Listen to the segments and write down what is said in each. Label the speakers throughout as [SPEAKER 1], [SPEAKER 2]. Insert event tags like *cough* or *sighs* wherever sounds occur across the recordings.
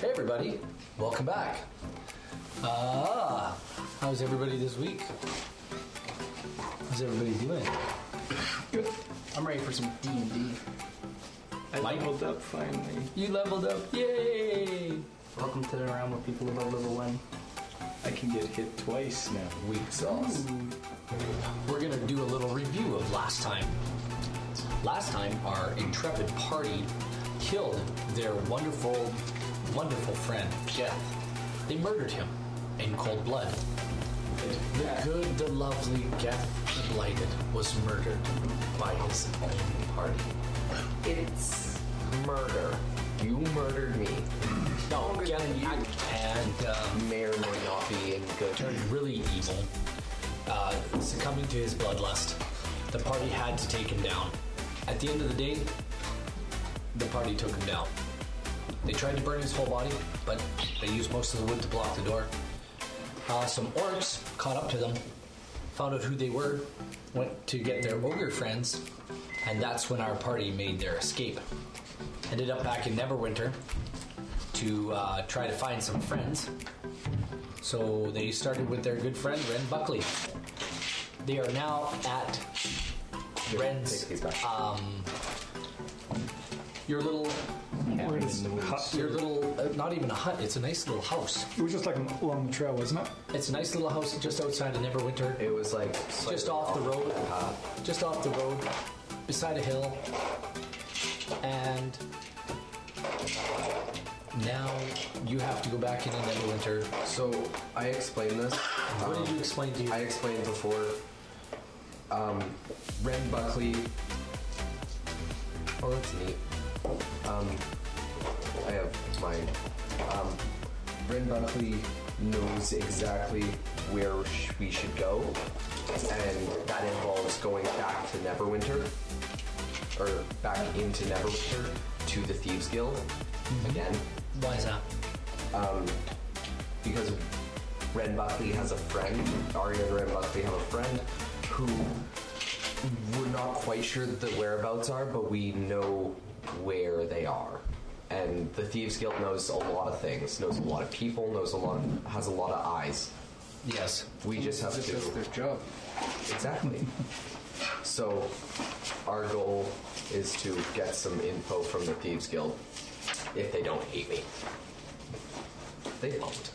[SPEAKER 1] Hey, everybody. Welcome back. Ah, how's everybody this week? How's everybody doing?
[SPEAKER 2] I'm ready for some D and D. I leveled up finally.
[SPEAKER 1] You leveled up. Yay!
[SPEAKER 2] Welcome to the realm where people live above level one.
[SPEAKER 3] I can get hit twice now.
[SPEAKER 1] Weak sauce. We're going to do a little review of last time. Last time, our intrepid party killed their wonderful, wonderful friend, Geth. They murdered him in cold blood. The good, the lovely Geth the Blighted was murdered by his own party.
[SPEAKER 4] It's murder. You murdered me.
[SPEAKER 1] No,
[SPEAKER 4] Longer
[SPEAKER 1] Geth
[SPEAKER 4] than you.
[SPEAKER 1] and um,
[SPEAKER 4] May or may not be a good
[SPEAKER 1] turned really evil, uh, succumbing to his bloodlust. The party had to take him down. At the end of the day, the party took him down. They tried to burn his whole body, but they used most of the wood to block the door. Uh, some orcs caught up to them, found out who they were, went to get their ogre friends, and that's when our party made their escape. Ended up back in Neverwinter to uh, try to find some friends. So they started with their good friend Ren Buckley. They are now at Ren's
[SPEAKER 4] Take these back.
[SPEAKER 1] um, your little
[SPEAKER 3] We're
[SPEAKER 4] in
[SPEAKER 3] just
[SPEAKER 4] the woods.
[SPEAKER 3] hot-
[SPEAKER 1] your little uh, not even a hut. It's a nice little house.
[SPEAKER 3] It was just like along the trail, wasn't it?
[SPEAKER 1] It's a nice little house just outside of Neverwinter.
[SPEAKER 4] It was like
[SPEAKER 1] just off the road, just off the road, beside a hill, and now you have to go back into Neverwinter.
[SPEAKER 4] So I explained this.
[SPEAKER 1] What did
[SPEAKER 4] Um,
[SPEAKER 1] you explain to you?
[SPEAKER 4] I explained before. Um, Ren Buckley. Oh, that's neat. Um, I have mine. Um, Ren Buckley knows exactly where sh- we should go, and that involves going back to Neverwinter, or back into Neverwinter to the Thieves Guild
[SPEAKER 1] Mm-hmm.
[SPEAKER 4] again
[SPEAKER 1] Why is that?
[SPEAKER 4] because Ren Buckley has a friend, Arya and Ren Buckley have a friend who we're not quite sure the whereabouts are, but we know where they are. And the Thieves Guild knows a lot of things, knows a lot of people, knows a lot, has a lot of eyes.
[SPEAKER 1] Yes.
[SPEAKER 4] We just have to
[SPEAKER 2] their job.
[SPEAKER 4] exactly. *laughs* so our goal is to get some info from the Thieves Guild. If they don't hate me, they won't.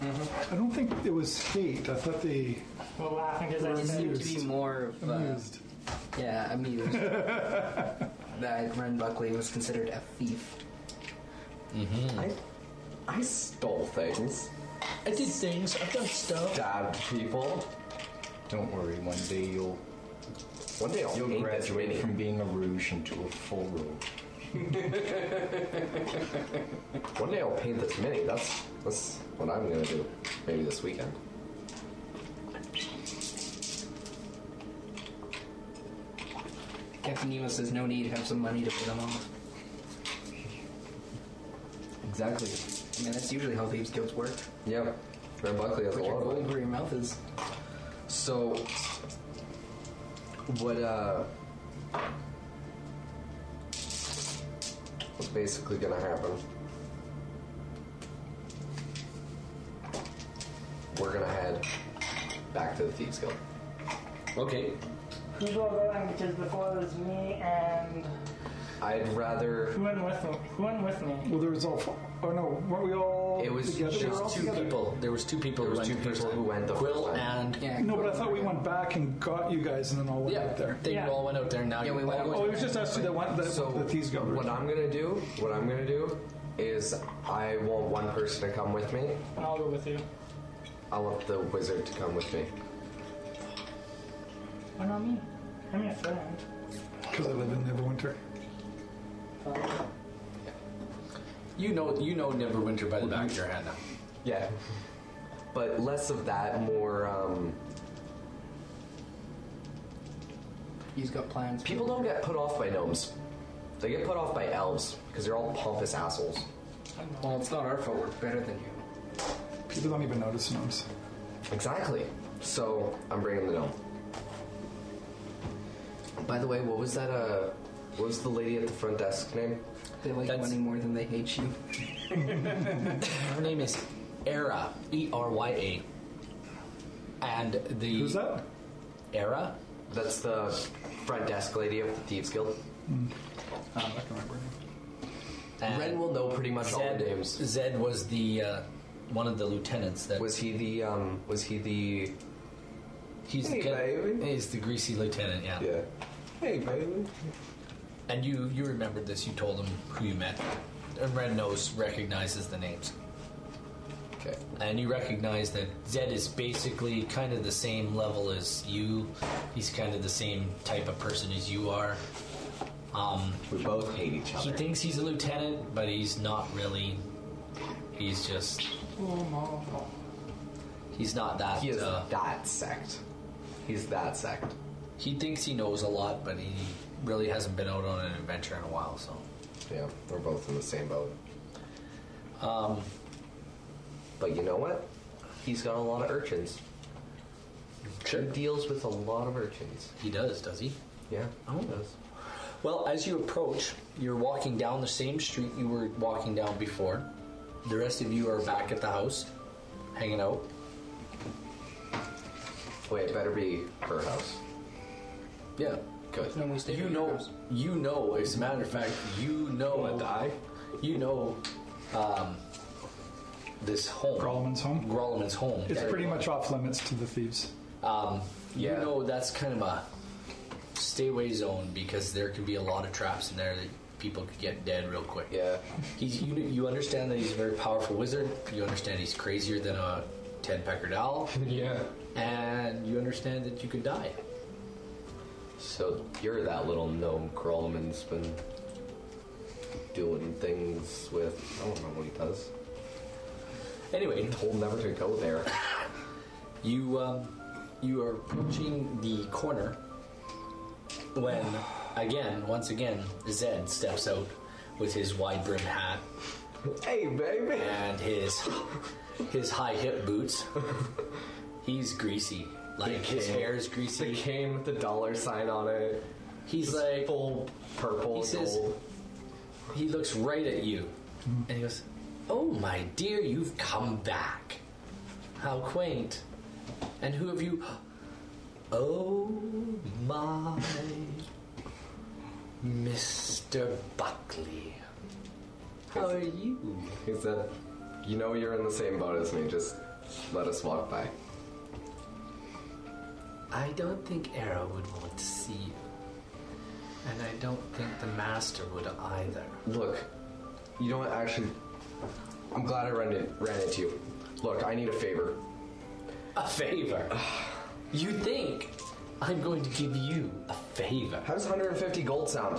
[SPEAKER 3] I don't think it was hate. I thought they
[SPEAKER 5] Well, laughing because
[SPEAKER 2] There
[SPEAKER 5] I said
[SPEAKER 2] seems to be more of uh,
[SPEAKER 3] amused.
[SPEAKER 2] yeah amused that Ren Buckley was considered a thief. Mm-hmm.
[SPEAKER 4] I, I stole things,
[SPEAKER 1] I did things. I've done stuff.
[SPEAKER 4] stabbed people.
[SPEAKER 6] Don't worry, one day you'll
[SPEAKER 4] One day I'll
[SPEAKER 6] you'll
[SPEAKER 4] paint
[SPEAKER 6] graduate
[SPEAKER 4] this
[SPEAKER 6] from being a rouge into a full rogue.
[SPEAKER 4] mini. One day I'll paint this mini. That's that's what I'm gonna do. Maybe this weekend.
[SPEAKER 2] Captain Nemo says no need have some money to pay them off.
[SPEAKER 4] Exactly.
[SPEAKER 2] I mean that's usually how thieves guilds work.
[SPEAKER 4] Yeah. Red Buckley has
[SPEAKER 2] Put
[SPEAKER 4] a
[SPEAKER 2] your
[SPEAKER 4] lot of
[SPEAKER 2] gold
[SPEAKER 4] money.
[SPEAKER 2] where your mouth is.
[SPEAKER 4] So what uh what's basically gonna happen? We're gonna head back to the Thieves Guild.
[SPEAKER 1] Okay.
[SPEAKER 5] Who's all going? Because before it was me and
[SPEAKER 4] I'd rather
[SPEAKER 5] who went with me? Who went with me?
[SPEAKER 3] Well, there was all. Oh no, weren't we all?
[SPEAKER 4] It was
[SPEAKER 3] together? We were
[SPEAKER 4] just
[SPEAKER 3] all
[SPEAKER 4] two
[SPEAKER 3] together.
[SPEAKER 1] People. There was two people.
[SPEAKER 4] There was
[SPEAKER 1] who
[SPEAKER 4] two
[SPEAKER 1] went the first
[SPEAKER 4] people who
[SPEAKER 1] time.
[SPEAKER 4] went the first
[SPEAKER 1] Quill
[SPEAKER 4] time.
[SPEAKER 1] and
[SPEAKER 2] Yeah.
[SPEAKER 3] No, but I thought we went back and got you guys, and then all went
[SPEAKER 1] Yeah,
[SPEAKER 3] up there.
[SPEAKER 1] they
[SPEAKER 5] Yeah.
[SPEAKER 1] all went out there. Now
[SPEAKER 2] Yeah,
[SPEAKER 1] you
[SPEAKER 2] we went
[SPEAKER 1] all
[SPEAKER 2] out.
[SPEAKER 3] Oh, it was just us two that went. That,
[SPEAKER 4] So
[SPEAKER 3] the thieves got rid
[SPEAKER 4] what
[SPEAKER 3] of.
[SPEAKER 4] I'm gonna do, what I'm gonna do is I want one person to come with me.
[SPEAKER 5] And I'll go with you.
[SPEAKER 4] I want the wizard to come with me.
[SPEAKER 5] Why not Oh, me? I'm your friend.
[SPEAKER 3] because I live in Neverwinter.
[SPEAKER 1] You know, you know Neverwinter by the back of your hand. now.
[SPEAKER 4] Yeah. But less of that, more um,
[SPEAKER 2] He's got plans.
[SPEAKER 4] people don't get put off by gnomes. They get put off by elves because they're all pompous assholes.
[SPEAKER 2] Well, it's not our fault. We're better than you.
[SPEAKER 3] People don't even notice gnomes.
[SPEAKER 4] Exactly. So I'm bringing the gnome. By the way, what was that? Uh, what was the lady at the front desk name?
[SPEAKER 7] They like
[SPEAKER 1] That's-
[SPEAKER 7] money more than they hate you.
[SPEAKER 1] Her name is Era, E R Y A. And the.
[SPEAKER 3] Who's that?
[SPEAKER 1] Era?
[SPEAKER 4] That's the front desk lady of the Thieves Guild.
[SPEAKER 3] Uh, I can remember.
[SPEAKER 1] And
[SPEAKER 4] Ren will know pretty much all the
[SPEAKER 1] Zed,
[SPEAKER 4] names.
[SPEAKER 1] Zed was the uh, one of the lieutenants that
[SPEAKER 4] Was he the um? Was he the?
[SPEAKER 1] he's
[SPEAKER 4] Hey,
[SPEAKER 1] the,
[SPEAKER 4] baby.
[SPEAKER 1] he's the greasy lieutenant, yeah.
[SPEAKER 4] Yeah. Hey, baby.
[SPEAKER 1] And you you remembered this, you told him who you met. And Ren knows recognizes the names.
[SPEAKER 4] Okay.
[SPEAKER 1] And you recognize that Zed is basically kind of the same level as you. He's kind of the same type of person as you are. Um,
[SPEAKER 4] We both hate each
[SPEAKER 1] He
[SPEAKER 4] other.
[SPEAKER 1] thinks he's a lieutenant, but he's not really. He's just.
[SPEAKER 5] Oh,
[SPEAKER 1] He's not that.
[SPEAKER 4] He is
[SPEAKER 1] uh,
[SPEAKER 4] that sect. He's that sect.
[SPEAKER 1] he thinks he knows a lot, but he really hasn't been out on an adventure in a while. So
[SPEAKER 4] Yeah, we're both in the same boat. Um, but you know what? He's got a lot of urchins. He deals with a lot of urchins.
[SPEAKER 1] he does, does he?
[SPEAKER 4] Yeah.
[SPEAKER 1] Oh.
[SPEAKER 4] He does.
[SPEAKER 1] Well, as you approach, you're walking down the same street you were walking down before. The rest of you are back at the house, hanging out.
[SPEAKER 4] Wait, it better be her house.
[SPEAKER 1] Yeah.
[SPEAKER 4] Good.
[SPEAKER 7] No, we stay
[SPEAKER 1] You
[SPEAKER 7] at your
[SPEAKER 1] know,
[SPEAKER 7] house.
[SPEAKER 1] you know. As a matter of fact, you know.
[SPEAKER 4] Wanna die?
[SPEAKER 1] You know, um, this home.
[SPEAKER 3] Grolman's home.
[SPEAKER 1] Grolman's home.
[SPEAKER 3] It's pretty much off limits to the thieves.
[SPEAKER 1] Um,
[SPEAKER 4] Yeah.
[SPEAKER 1] You know, that's kind of a stay away zone because there could be a lot of traps in there that people could get dead real quick.
[SPEAKER 4] Yeah.
[SPEAKER 1] He's, you, you understand that he's a very powerful wizard. You understand he's crazier than a ten pecker
[SPEAKER 3] *laughs*
[SPEAKER 1] owl,
[SPEAKER 2] yeah.
[SPEAKER 1] and you understand that you could die.
[SPEAKER 4] So you're that little gnome Crawlman's been doing things with. I don't know what he does.
[SPEAKER 1] Anyway,
[SPEAKER 4] Told never to go there.
[SPEAKER 1] You um, you are approaching the corner when again, once again, Zed steps out with his wide brimmed hat
[SPEAKER 4] *laughs* hey, baby.
[SPEAKER 1] and his his high hip boots. He's greasy. Like his
[SPEAKER 4] cane.
[SPEAKER 1] hair is
[SPEAKER 4] The
[SPEAKER 1] greasy.
[SPEAKER 4] cane with the dollar sign on it.
[SPEAKER 1] He's like
[SPEAKER 4] full purple.
[SPEAKER 1] He says-
[SPEAKER 4] gold.
[SPEAKER 1] he looks right at you and he goes, "Oh my dear, you've come back. How quaint. And who have you Oh my Mr. Buckley. How are you?
[SPEAKER 4] He said, "You know you're in the same boat as me. Just let us walk by."
[SPEAKER 1] I don't think Era would want to see you. And I don't think the master would either.
[SPEAKER 4] Look, you know what? Actually, I'm glad I ran it ran into you. Look, I need a favor.
[SPEAKER 1] A favor. *sighs* You think I'm going to give you a favor.
[SPEAKER 4] How does 150 gold sound?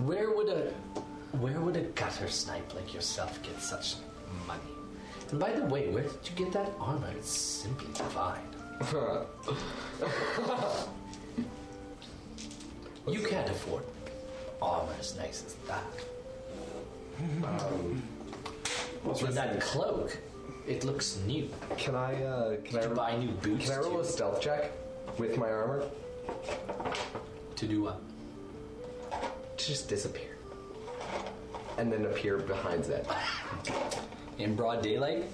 [SPEAKER 1] Where would a where would a gutter snipe like yourself get such money? And by the way, where did you get that armor? It's simply divine. *laughs* you can't afford armor as nice as that. With that cloak, it looks new.
[SPEAKER 4] Can I? Uh, can
[SPEAKER 1] Did you
[SPEAKER 4] I?
[SPEAKER 1] buy new boots
[SPEAKER 4] Can I roll a
[SPEAKER 1] to,
[SPEAKER 4] stealth check with my armor
[SPEAKER 1] to do what?
[SPEAKER 4] to just disappear and then appear behind Zed?
[SPEAKER 1] In broad daylight?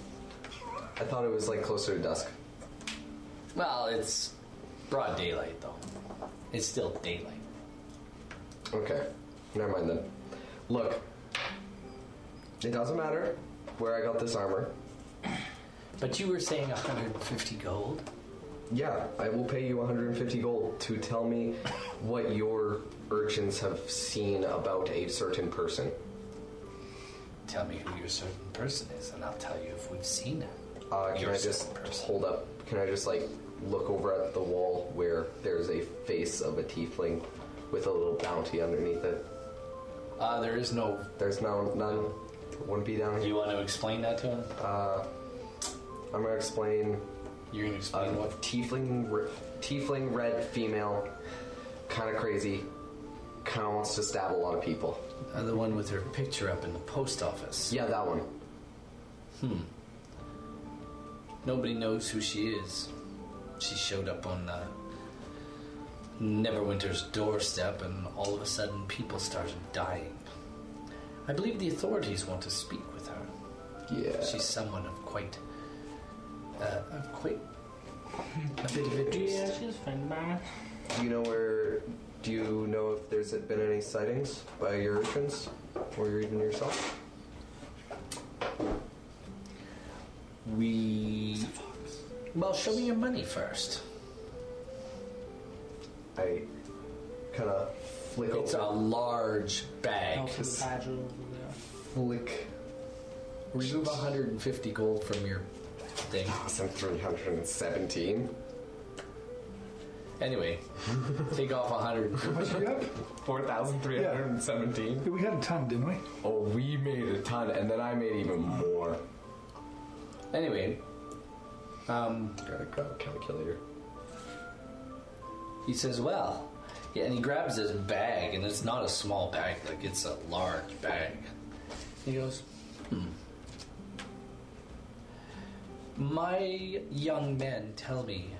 [SPEAKER 4] I thought it was like closer to dusk.
[SPEAKER 1] Well, it's broad daylight though. It's still daylight.
[SPEAKER 4] Okay, never mind then. Look, it doesn't matter where I got this armor.
[SPEAKER 1] But you were saying 150 gold?
[SPEAKER 4] Yeah, I will pay you 150 gold to tell me what your urchins have seen about a certain person.
[SPEAKER 1] Tell me who your certain person is, and I'll tell you if we've seen her.
[SPEAKER 4] Uh, can
[SPEAKER 1] Your
[SPEAKER 4] I just
[SPEAKER 1] certain person.
[SPEAKER 4] hold up? Can I just like look over at the wall where there's a face of a tiefling with a little bounty underneath it?
[SPEAKER 1] Uh, there is no.
[SPEAKER 4] There's no none. Wouldn't be down
[SPEAKER 1] Do you
[SPEAKER 4] here.
[SPEAKER 1] want to explain that to him?
[SPEAKER 4] I'm gonna explain
[SPEAKER 1] You're gonna explain
[SPEAKER 4] a
[SPEAKER 1] what?
[SPEAKER 4] tiefling, re- tiefling red female, kind of crazy, kind of wants to stab a lot of people.
[SPEAKER 1] Uh, the one with her picture up in the post office.
[SPEAKER 4] Yeah, that one.
[SPEAKER 1] Nobody knows who she is. She showed up on the uh, Neverwinter's doorstep, and all of a sudden people started dying. I believe the authorities want to speak with her.
[SPEAKER 4] Yeah.
[SPEAKER 1] She's someone of quite, uh, of quite
[SPEAKER 2] A bit of
[SPEAKER 5] Yeah,
[SPEAKER 2] interest.
[SPEAKER 5] she's fine by
[SPEAKER 4] Do you know where? Do you know if there's been any sightings by your entrance, or even yourself?
[SPEAKER 1] We. Well, show me your money first.
[SPEAKER 4] I kind of flick
[SPEAKER 1] It's a
[SPEAKER 4] open,
[SPEAKER 1] large bag.
[SPEAKER 5] Elf's badger over there.
[SPEAKER 4] flick
[SPEAKER 1] Remove 150 gold from your thing.
[SPEAKER 4] awesome 317.
[SPEAKER 1] Anyway, take off 100.
[SPEAKER 3] Much we have?
[SPEAKER 4] 4,317.
[SPEAKER 3] We had a ton, didn't we?
[SPEAKER 4] Oh, we made a ton, and then I made even more.
[SPEAKER 1] Anyway, um,
[SPEAKER 4] Gotta grab a calculator.
[SPEAKER 1] he says, "Well," yeah, and he grabs this bag, and it's not a small bag; like it's a large bag. He goes, "Hmm." My young men tell me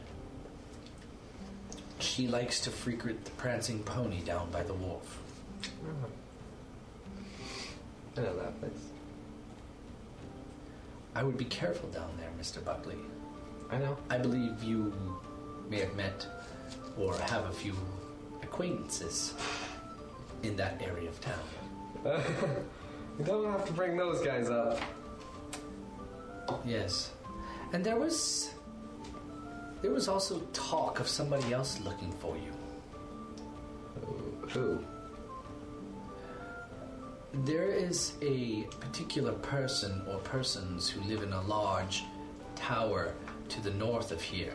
[SPEAKER 1] she likes to frequent the prancing pony down by the wharf.
[SPEAKER 4] I know that place.
[SPEAKER 1] I would be careful down there, Mr. Buckley.
[SPEAKER 4] I know.
[SPEAKER 1] I believe you may have met or have a few acquaintances in that area of town.
[SPEAKER 4] You don't have to bring those guys up.
[SPEAKER 1] Yes. And there was there was also talk of somebody else looking for you.
[SPEAKER 4] Who?
[SPEAKER 1] There is a particular person or persons who live in a large tower to the north of here.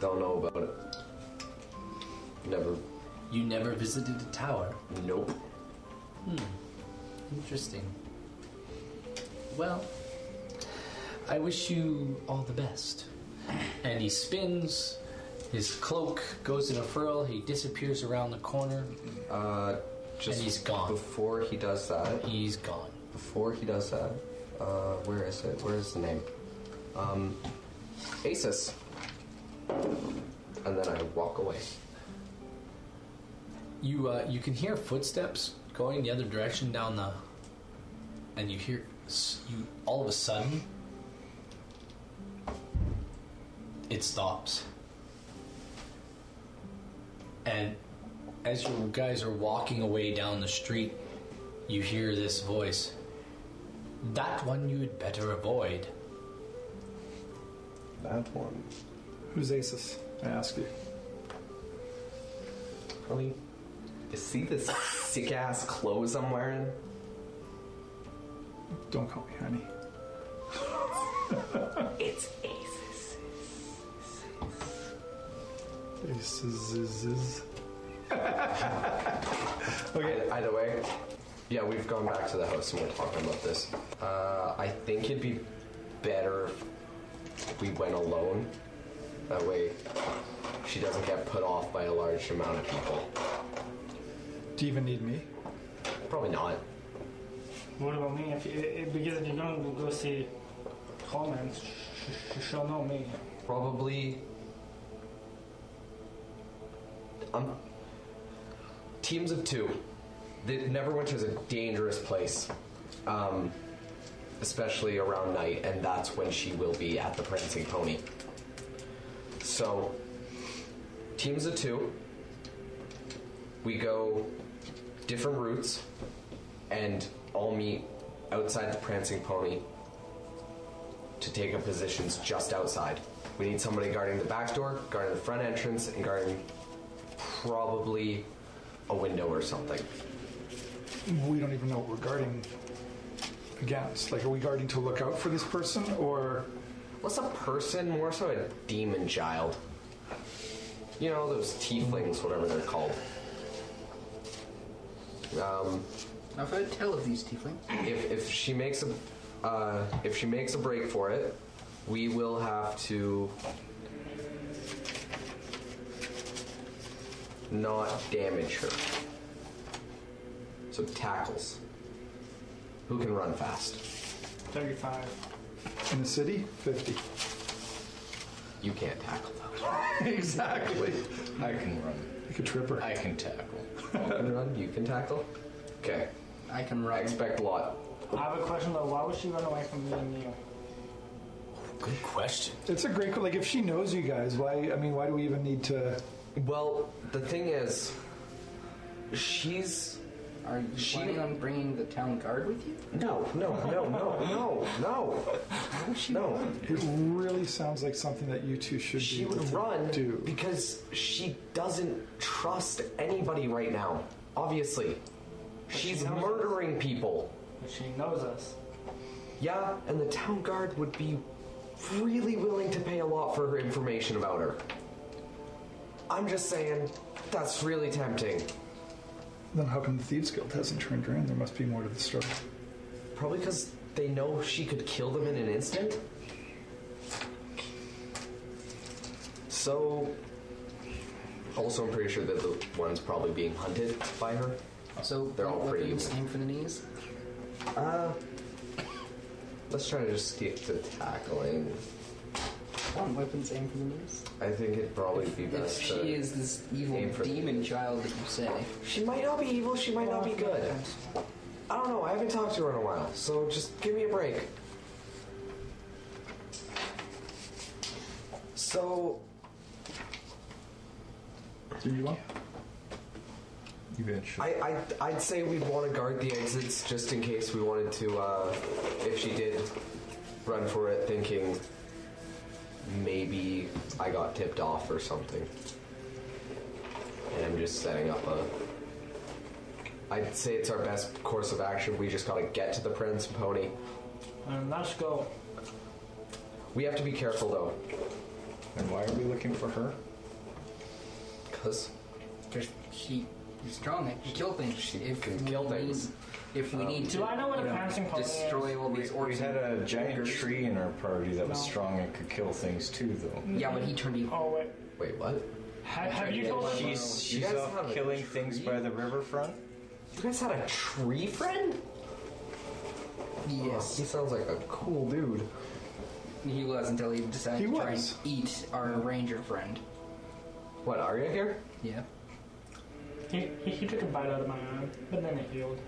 [SPEAKER 4] Don't know about it. Never.
[SPEAKER 1] You never visited a tower?
[SPEAKER 4] Nope.
[SPEAKER 1] Interesting. Well, I wish you all the best. And he spins, his cloak goes in a furl, he disappears around the corner,
[SPEAKER 4] Uh, just
[SPEAKER 1] and he's gone.
[SPEAKER 4] before he does that,
[SPEAKER 1] He's gone.
[SPEAKER 4] before he does that, uh, where is it? Where is the name? Um, Asus. And then I walk away.
[SPEAKER 1] You uh, you can hear footsteps going the other direction down the, and you hear s- you all of a sudden. It stops. And as you guys are walking away down the street, you hear this voice. That one you'd better avoid.
[SPEAKER 6] That one.
[SPEAKER 3] Who's Asus? I ask you.
[SPEAKER 4] Really? You see this sick ass clothes I'm wearing?
[SPEAKER 3] Don't call me honey. it's Asus. Asus is, is.
[SPEAKER 4] Okay. Either way, yeah, we've gone back to the house and we're talking about this. Uh, I think it'd be better if we went alone. That way, she doesn't get put off by a large amount of people.
[SPEAKER 3] Do you even need me?
[SPEAKER 4] Probably not.
[SPEAKER 5] What about me? If, i i because if you're going to go see Coleman, sh- sh- she'll know me.
[SPEAKER 4] Probably. Um, teams of two. The Neverwinter is a dangerous place, um, especially around night, and that's when she will be at the Prancing Pony. So, teams of two. We go different routes, and all meet outside the Prancing Pony to take up positions just outside. We need somebody guarding the back door, guarding the front entrance, and guarding probably a window or something.
[SPEAKER 3] We don't even know what we're guarding against. Like, are we guarding to look out for this person, or
[SPEAKER 4] What's a person? More so a demon child. You know, those tieflings, whatever they're called. Um,
[SPEAKER 2] I've heard tell of these tieflings.
[SPEAKER 4] if, if she makes a uh, if she makes a break for it, we will have to not damage her. So tackles. Who can run fast?
[SPEAKER 5] 35.
[SPEAKER 3] in the city? Fifty.
[SPEAKER 4] You can't tackle that.
[SPEAKER 6] *laughs* exactly. I can run.
[SPEAKER 3] Like a tripper.
[SPEAKER 6] I can tackle.
[SPEAKER 4] You can run. You can tackle. Okay.
[SPEAKER 2] I can
[SPEAKER 4] I
[SPEAKER 2] run.
[SPEAKER 4] expect a lot.
[SPEAKER 5] I have a question though. Why would she run away from me and you?
[SPEAKER 1] Good question.
[SPEAKER 3] It's a great like if she knows you guys, why? I mean, why do we even need to?
[SPEAKER 4] Well, the thing is, she's
[SPEAKER 2] Are you
[SPEAKER 4] She-
[SPEAKER 2] planning on bringing the town guard with you?
[SPEAKER 4] no, no, no, no, no, no, no.
[SPEAKER 3] It really sounds like something that you two should
[SPEAKER 4] She
[SPEAKER 3] be able
[SPEAKER 4] would
[SPEAKER 3] to
[SPEAKER 4] run
[SPEAKER 3] do.
[SPEAKER 4] because she doesn't trust anybody right now. Obviously, she's
[SPEAKER 5] knows us.
[SPEAKER 4] murdering people.
[SPEAKER 5] But she knows us.
[SPEAKER 4] Yeah, and the town guard would be really willing to pay a lot for her information about her. I'm just saying, that's really tempting.
[SPEAKER 3] Then how come the thieves guild hasn't turned around? There must be more to the story.
[SPEAKER 4] Probably because they know she could kill them in an instant. So, also, I'm pretty sure that the one's probably being hunted by her.
[SPEAKER 2] So
[SPEAKER 4] They're all
[SPEAKER 2] what
[SPEAKER 4] pretty
[SPEAKER 2] weapons
[SPEAKER 4] evil.
[SPEAKER 2] aim for the knees?
[SPEAKER 4] Let's try to just stick to tackling.
[SPEAKER 2] What weapons aim for the knees?
[SPEAKER 4] I think it'd probably be
[SPEAKER 2] If
[SPEAKER 4] best. to-
[SPEAKER 2] she is this evil
[SPEAKER 4] uh, aim for the-
[SPEAKER 2] demon child that you say,
[SPEAKER 4] She might not be evil. She might not be good. I don't know. I haven't talked to her in a while, so just give me a break. So,
[SPEAKER 3] Do you want?
[SPEAKER 6] Eventually.
[SPEAKER 4] I, I I'd say we'd want to guard the exits just in case we wanted to, uh, if she did run for it, thinking maybe I got tipped off or something. And I'm just setting up a. I'd say it's our best course of action. We just gotta get to the Prince Pony.
[SPEAKER 5] And let's go.
[SPEAKER 4] We have to be careful though,
[SPEAKER 6] and why are we looking for her?
[SPEAKER 4] because
[SPEAKER 2] because she is strong, and can kill things.
[SPEAKER 4] She
[SPEAKER 2] if
[SPEAKER 4] can
[SPEAKER 2] we
[SPEAKER 4] kill things. Um,
[SPEAKER 2] Need, if we need
[SPEAKER 5] Do
[SPEAKER 2] to
[SPEAKER 5] I know what a pouncing pony is?
[SPEAKER 2] destroy all these
[SPEAKER 6] We
[SPEAKER 2] orcs.
[SPEAKER 6] had
[SPEAKER 2] and
[SPEAKER 6] a giant
[SPEAKER 2] ogres.
[SPEAKER 6] tree in our party that was
[SPEAKER 5] No.
[SPEAKER 6] strong and could kill things too, though.
[SPEAKER 2] Yeah, but he turned evil.
[SPEAKER 5] Oh wait.
[SPEAKER 4] wait, what?
[SPEAKER 5] Have, have you killed a
[SPEAKER 6] She's
[SPEAKER 4] You
[SPEAKER 6] she's
[SPEAKER 4] guys
[SPEAKER 6] up
[SPEAKER 4] have a
[SPEAKER 6] killing things by the riverfront.
[SPEAKER 4] You guys had a tree friend?
[SPEAKER 2] Yes,
[SPEAKER 4] He sounds like a cool dude.
[SPEAKER 2] he was until he decided
[SPEAKER 3] He
[SPEAKER 2] to try
[SPEAKER 3] was.
[SPEAKER 2] and eat our ranger friend.
[SPEAKER 4] What are you here?
[SPEAKER 2] Yeah.
[SPEAKER 5] He, he, he took a bite out of my arm, but then it healed.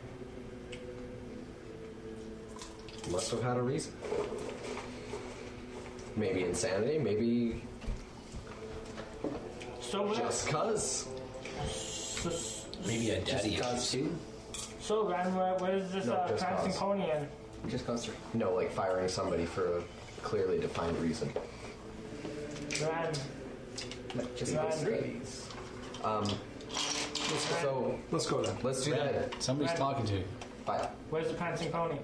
[SPEAKER 4] Must have had a reason. Maybe insanity, maybe
[SPEAKER 5] So what?
[SPEAKER 4] just cuz.
[SPEAKER 5] so,
[SPEAKER 1] Maybe a
[SPEAKER 2] Just
[SPEAKER 1] daddy.
[SPEAKER 2] cause two?
[SPEAKER 5] so Ryan, what, what is this
[SPEAKER 4] No,
[SPEAKER 5] uh,
[SPEAKER 4] just
[SPEAKER 5] pouncing
[SPEAKER 4] cause.
[SPEAKER 5] pony in?
[SPEAKER 2] Just cause three.
[SPEAKER 4] No, like firing somebody for a clearly defined reason.
[SPEAKER 5] Ryan,
[SPEAKER 2] Like, Just
[SPEAKER 5] Nine.
[SPEAKER 2] cause three.
[SPEAKER 4] Um, so
[SPEAKER 3] Let's go then.
[SPEAKER 4] let's do that.
[SPEAKER 1] Somebody's
[SPEAKER 5] Right.
[SPEAKER 1] talking to you.
[SPEAKER 4] But
[SPEAKER 5] where's the pouncing pony?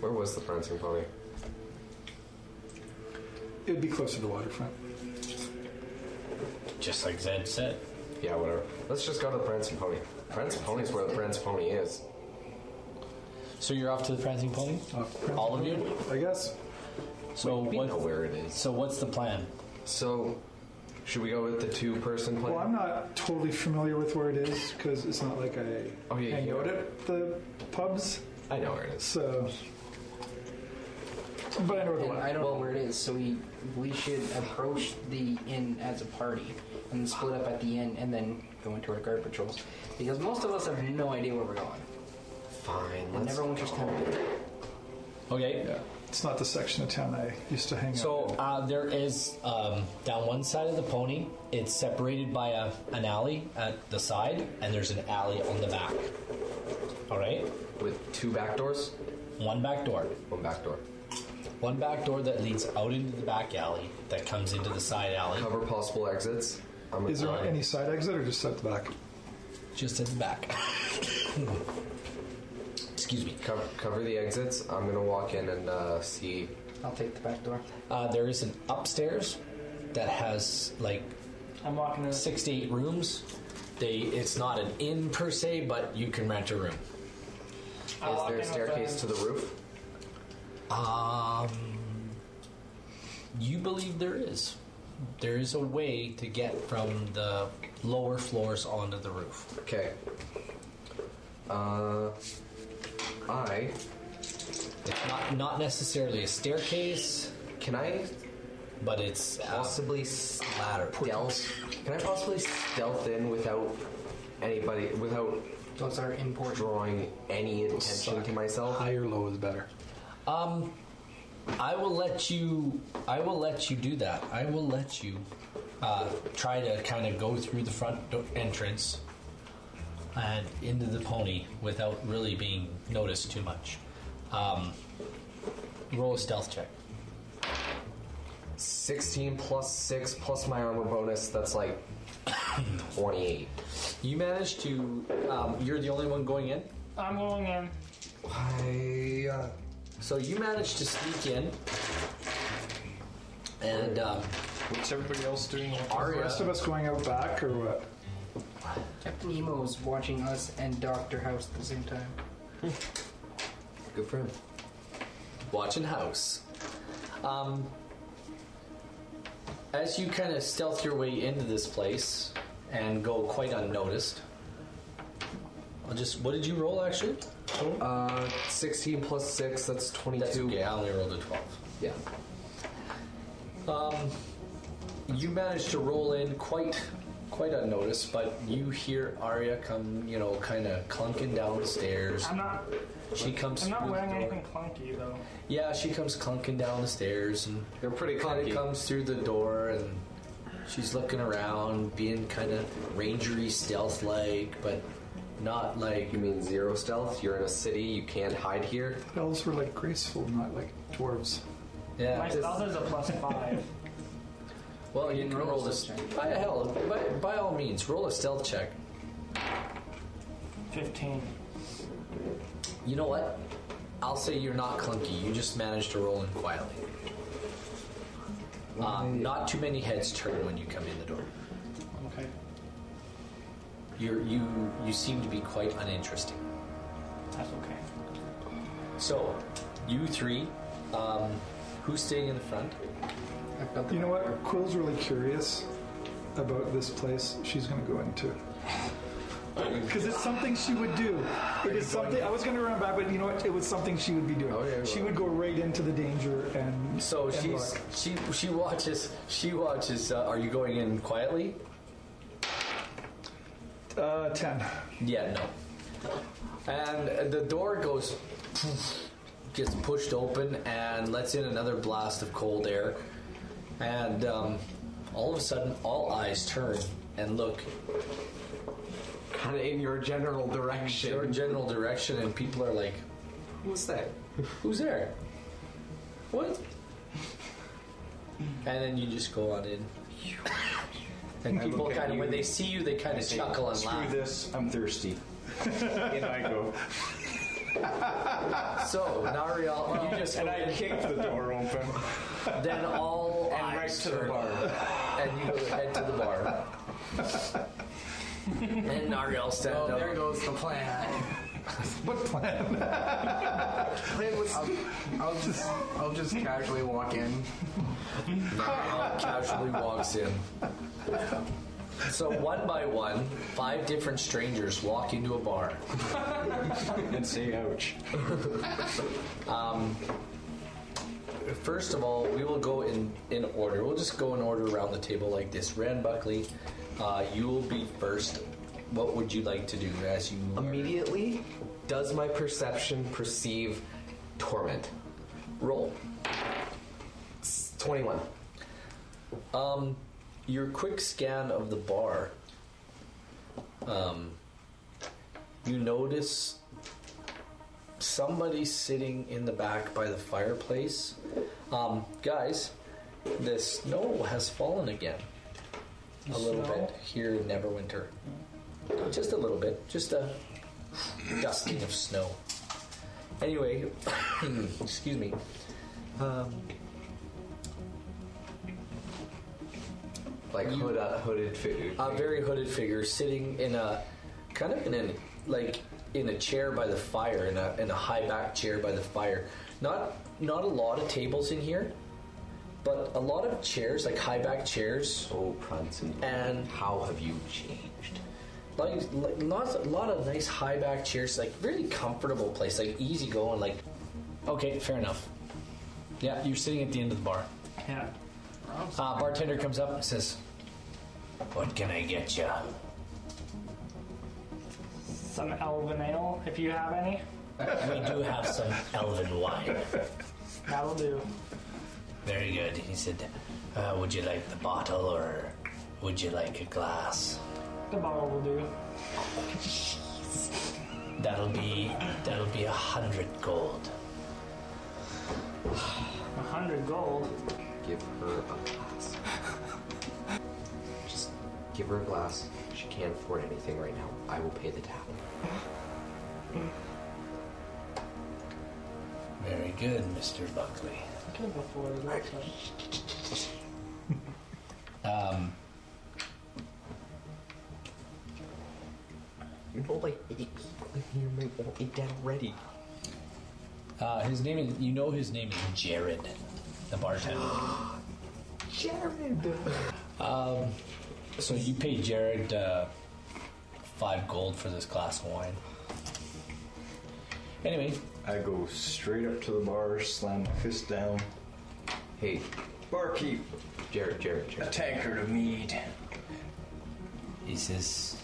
[SPEAKER 4] where was the prancing pony?
[SPEAKER 3] It'd be close to the waterfront.
[SPEAKER 1] Just like Zed said.
[SPEAKER 4] Yeah, whatever. Let's just go to the prancing pony. Prancing pony's where the prancing pony is.
[SPEAKER 1] So you're off to the prancing pony.
[SPEAKER 3] Uh,
[SPEAKER 1] All of you.
[SPEAKER 3] I guess.
[SPEAKER 1] So
[SPEAKER 4] We know
[SPEAKER 1] what?
[SPEAKER 4] where it is.
[SPEAKER 1] So what's the plan?
[SPEAKER 4] So should we go with the two person plan?
[SPEAKER 3] Well, I'm not totally familiar with where it is because it's not like I
[SPEAKER 4] Oh, yeah,
[SPEAKER 3] hang
[SPEAKER 4] you-
[SPEAKER 3] out at the pubs.
[SPEAKER 4] I know where it is.
[SPEAKER 3] So, but I know the
[SPEAKER 2] And
[SPEAKER 3] one.
[SPEAKER 2] I don't know where it is, so we we should approach the inn as a party and split up at the inn and then go into our guard patrols. Because most of us have no idea where we're going.
[SPEAKER 4] Fine.
[SPEAKER 2] And
[SPEAKER 4] Let's
[SPEAKER 2] everyone just kind of
[SPEAKER 1] Okay.
[SPEAKER 3] Yeah, it's not the section of town I used to hang
[SPEAKER 1] So
[SPEAKER 3] out.
[SPEAKER 1] uh, there is um, down one side of the pony. It's separated by a, an alley at the side, and there's an alley on the back. All right,
[SPEAKER 4] with two back doors.
[SPEAKER 1] one back door,
[SPEAKER 4] One back door.
[SPEAKER 1] one back door that leads out into the back alley that comes into the side alley,
[SPEAKER 4] Cover possible exits. I'm
[SPEAKER 3] Is there
[SPEAKER 4] um,
[SPEAKER 3] any side exit or just at the back?
[SPEAKER 1] just at the back. *laughs* Excuse me.
[SPEAKER 4] Cover, cover the exits. I'm gonna walk in and uh, see.
[SPEAKER 2] I'll take the back door.
[SPEAKER 1] Uh, there is an upstairs that has like
[SPEAKER 5] I'm walking in.
[SPEAKER 1] six to eight rooms. They it's not an inn per se, but you can rent a room.
[SPEAKER 5] I
[SPEAKER 4] Is
[SPEAKER 5] walk
[SPEAKER 4] there
[SPEAKER 5] in
[SPEAKER 4] a
[SPEAKER 5] with
[SPEAKER 4] staircase to the roof?
[SPEAKER 1] Um, you believe there is. There is a way to get from the lower floors onto the roof.
[SPEAKER 4] Okay. Uh, I
[SPEAKER 1] It's not not necessarily a staircase.
[SPEAKER 4] can I
[SPEAKER 1] but it's uh,
[SPEAKER 4] Possibly stealth. Can I possibly stealth in without anybody, without
[SPEAKER 2] Those are important.
[SPEAKER 4] drawing any attention to myself?
[SPEAKER 3] High or low is better.
[SPEAKER 1] um. I will let you. I will let you do that. I will let you uh, try to kind of go through the front do- entrance and into the pony without really being noticed too much. Um, roll a stealth check.
[SPEAKER 4] 16 plus 6 plus my armor bonus, that's *coughs* like 28.
[SPEAKER 1] You managed to. Um, you're the only one going in,
[SPEAKER 5] I'm going in.
[SPEAKER 4] I, uh,
[SPEAKER 1] so you managed to sneak in, and um,
[SPEAKER 6] What's everybody else doing?
[SPEAKER 3] Are the
[SPEAKER 1] Aria.
[SPEAKER 3] rest of us going out back or what?
[SPEAKER 2] Captain Emo is watching us and Doctor House at the same time.
[SPEAKER 4] good for him.
[SPEAKER 1] watching house. Um, as you kind of stealth your way into this place and go quite unnoticed, I'll just what did you roll actually?
[SPEAKER 4] Uh, 16 plus 6, that's 22.
[SPEAKER 1] That's okay. I only rolled a twelve.
[SPEAKER 4] Yeah.
[SPEAKER 1] Um, you manage to roll in quite quite unnoticed, but you hear Arya come, you know, kind of clunking down the stairs.
[SPEAKER 5] I'm not.
[SPEAKER 1] She comes.
[SPEAKER 5] I'm not
[SPEAKER 1] through the
[SPEAKER 5] wearing
[SPEAKER 1] door.
[SPEAKER 5] anything clunky though.
[SPEAKER 1] Yeah, she comes clunking down the stairs and
[SPEAKER 4] They're pretty
[SPEAKER 1] kind
[SPEAKER 4] clunky.
[SPEAKER 1] of comes through the door and she's looking around, being kind of rangery, stealth like, but not like.
[SPEAKER 4] You mean zero stealth? You're in a city, you can't hide here?
[SPEAKER 3] Elves were like graceful, not like dwarves.
[SPEAKER 5] My
[SPEAKER 1] Yeah.
[SPEAKER 5] stealth is a plus five. *laughs*
[SPEAKER 1] Well, you
[SPEAKER 2] You
[SPEAKER 1] can
[SPEAKER 2] can
[SPEAKER 1] roll
[SPEAKER 2] roll a
[SPEAKER 1] this.
[SPEAKER 2] stealth check.
[SPEAKER 1] By hell, by, by all means, roll a stealth check.
[SPEAKER 5] Fifteen.
[SPEAKER 1] You know what? I'll say you're not clunky. You just managed to roll in quietly. Um, not too many heads turn when you come in the door.
[SPEAKER 5] Okay.
[SPEAKER 1] You you you seem to be quite uninteresting.
[SPEAKER 5] That's okay.
[SPEAKER 1] So, you three, um, who's staying in the front?
[SPEAKER 2] I've got the
[SPEAKER 3] You know what? Quill's really curious about this place she's going to go into. Because it's something she would do. It is something. I was going to run back, but you know what? It was something she would be
[SPEAKER 1] Oh,
[SPEAKER 3] doing.
[SPEAKER 4] Okay,
[SPEAKER 3] she
[SPEAKER 4] well.
[SPEAKER 3] would go right into the danger and.
[SPEAKER 1] So
[SPEAKER 3] and
[SPEAKER 1] she's
[SPEAKER 3] look.
[SPEAKER 1] she she watches she watches. Uh, are you going in quietly?
[SPEAKER 3] Uh, 10.
[SPEAKER 1] Yeah, no. And the door goes *sniffs* gets pushed open and lets in another blast of cold air. And um, all of a sudden, all eyes turn and look
[SPEAKER 4] Kind of in your general direction.
[SPEAKER 1] your general direction, and people are like,
[SPEAKER 4] What's that?
[SPEAKER 1] "Who's there? What?" And then you just go on
[SPEAKER 6] *laughs*
[SPEAKER 1] in. And
[SPEAKER 6] I
[SPEAKER 1] people
[SPEAKER 6] look at
[SPEAKER 1] kind of,
[SPEAKER 6] you.
[SPEAKER 1] when they see you, they kind
[SPEAKER 6] I
[SPEAKER 1] of
[SPEAKER 6] say,
[SPEAKER 1] chuckle and
[SPEAKER 6] Screw
[SPEAKER 1] laugh.
[SPEAKER 6] this, I'm *laughs* thirsty. and I go,
[SPEAKER 1] So
[SPEAKER 6] *laughs*
[SPEAKER 1] Nariel, you just
[SPEAKER 6] and
[SPEAKER 1] go
[SPEAKER 6] I
[SPEAKER 1] in.
[SPEAKER 6] kick the door open
[SPEAKER 1] *laughs* Then all
[SPEAKER 6] and right
[SPEAKER 1] eyes
[SPEAKER 6] to the
[SPEAKER 1] turn,
[SPEAKER 6] bar.
[SPEAKER 1] and you head to the bar.
[SPEAKER 6] *laughs*
[SPEAKER 1] and Nariel stand
[SPEAKER 4] Oh,
[SPEAKER 1] up.
[SPEAKER 4] there goes the
[SPEAKER 2] *laughs*
[SPEAKER 4] plan.
[SPEAKER 3] What plan?
[SPEAKER 2] I'll, I'll just I'll just casually walk in.
[SPEAKER 1] Nariel casually walks in. So one by one, five different strangers walk into a bar.
[SPEAKER 6] and say, ouch.
[SPEAKER 1] Um, First of all, we will go in in order. We'll just go in order around the table like this. Rand Buckley, uh, you will be first. What would you like to do as you?
[SPEAKER 4] Immediately, does my perception perceive torment?
[SPEAKER 1] roll.
[SPEAKER 4] It's 21.
[SPEAKER 1] Um, your quick scan of the bar. Um, you notice somebody sitting in the back by the fireplace. Um, guys, the snow has fallen again. A little
[SPEAKER 5] Snow?
[SPEAKER 1] bit here in Neverwinter. Just a little bit. Just a dusting of snow. Anyway, *coughs* excuse me. Um,
[SPEAKER 4] Like
[SPEAKER 1] You-
[SPEAKER 4] hood, uh, hooded food.
[SPEAKER 1] a very hooded figure sitting in a kind of in an like in a chair by the fire in a in a high back chair by the fire not not a lot of tables in here but a lot of chairs like high back chairs
[SPEAKER 4] oh, Prancy.
[SPEAKER 1] and
[SPEAKER 4] How have you changed?
[SPEAKER 1] like, like lots a lot of nice high back chairs like really comfortable place like easy going like okay fair enough yeah you're sitting at the end of the bar
[SPEAKER 5] Yeah.
[SPEAKER 1] Uh, bartender comes up and says, What can I get you?
[SPEAKER 5] Some elven ale, if you have any.
[SPEAKER 1] We do have some elven wine.
[SPEAKER 5] That'll do.
[SPEAKER 1] Very good. He said, uh, Would you like the bottle or would you like a glass?
[SPEAKER 5] The bottle will do.
[SPEAKER 1] That'll be that'll be a hundred gold.
[SPEAKER 5] A hundred gold.
[SPEAKER 4] Give her a glass. Just give her a glass. She can't afford anything right now. I will pay the tab.
[SPEAKER 1] Very good, Mr. Buckley.
[SPEAKER 5] I can afford it. actually.
[SPEAKER 1] Um,
[SPEAKER 4] You know, like you might want it down ready.
[SPEAKER 1] uh, his name is you know his name is Jared, the bartender.
[SPEAKER 4] Jared.
[SPEAKER 1] Um, so you pay Jared uh, five gold for this glass of wine. Anyway,
[SPEAKER 6] I go straight up to the bar, slam my fist down.
[SPEAKER 4] Hey,
[SPEAKER 6] Barkeep,
[SPEAKER 4] Jared, Jared,
[SPEAKER 6] a
[SPEAKER 4] Jared.
[SPEAKER 6] tankard of mead.
[SPEAKER 1] he says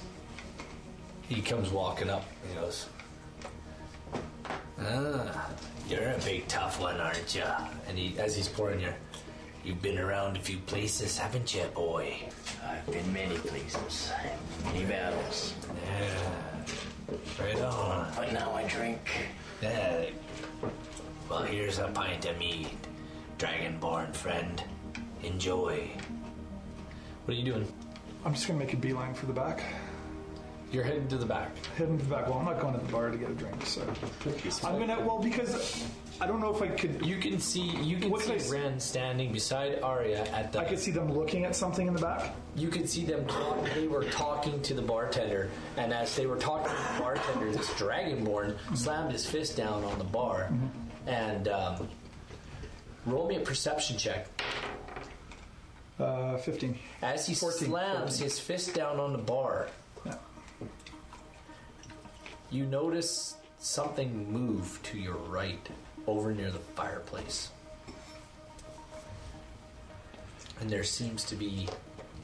[SPEAKER 1] he comes walking up. He goes, "Ah, you're a big tough one, aren't you?" And he, as he's pouring your, you've been around a few places, haven't you, boy?
[SPEAKER 7] I've been many places, many battles,
[SPEAKER 1] Yeah, right on.
[SPEAKER 7] but now I drink.
[SPEAKER 1] Yeah. Well, here's a pint of mead, Dragonborn friend. Enjoy. What are you doing?
[SPEAKER 3] I'm just gonna make a beeline for the back.
[SPEAKER 1] You're heading to the back.
[SPEAKER 3] Heading to the back. Well, I'm not going to the bar to get a drink, so I'm gonna. Well, because I don't know if I could.
[SPEAKER 1] You can see you can
[SPEAKER 3] What
[SPEAKER 1] see
[SPEAKER 3] can I s-
[SPEAKER 1] Ren standing beside Arya at the.
[SPEAKER 3] I could see them looking at something in the back.
[SPEAKER 1] you could see them. Talk, they were talking to the bartender, and as they were talking to the bartender, this Dragonborn slammed his fist down on the bar, and um, roll me a perception check.
[SPEAKER 3] Uh, 15.
[SPEAKER 1] As he
[SPEAKER 3] 14,
[SPEAKER 1] slams
[SPEAKER 3] 14.
[SPEAKER 1] his fist down on the bar,
[SPEAKER 3] Yeah.
[SPEAKER 1] you notice something move to your right over near the fireplace. And there seems to be.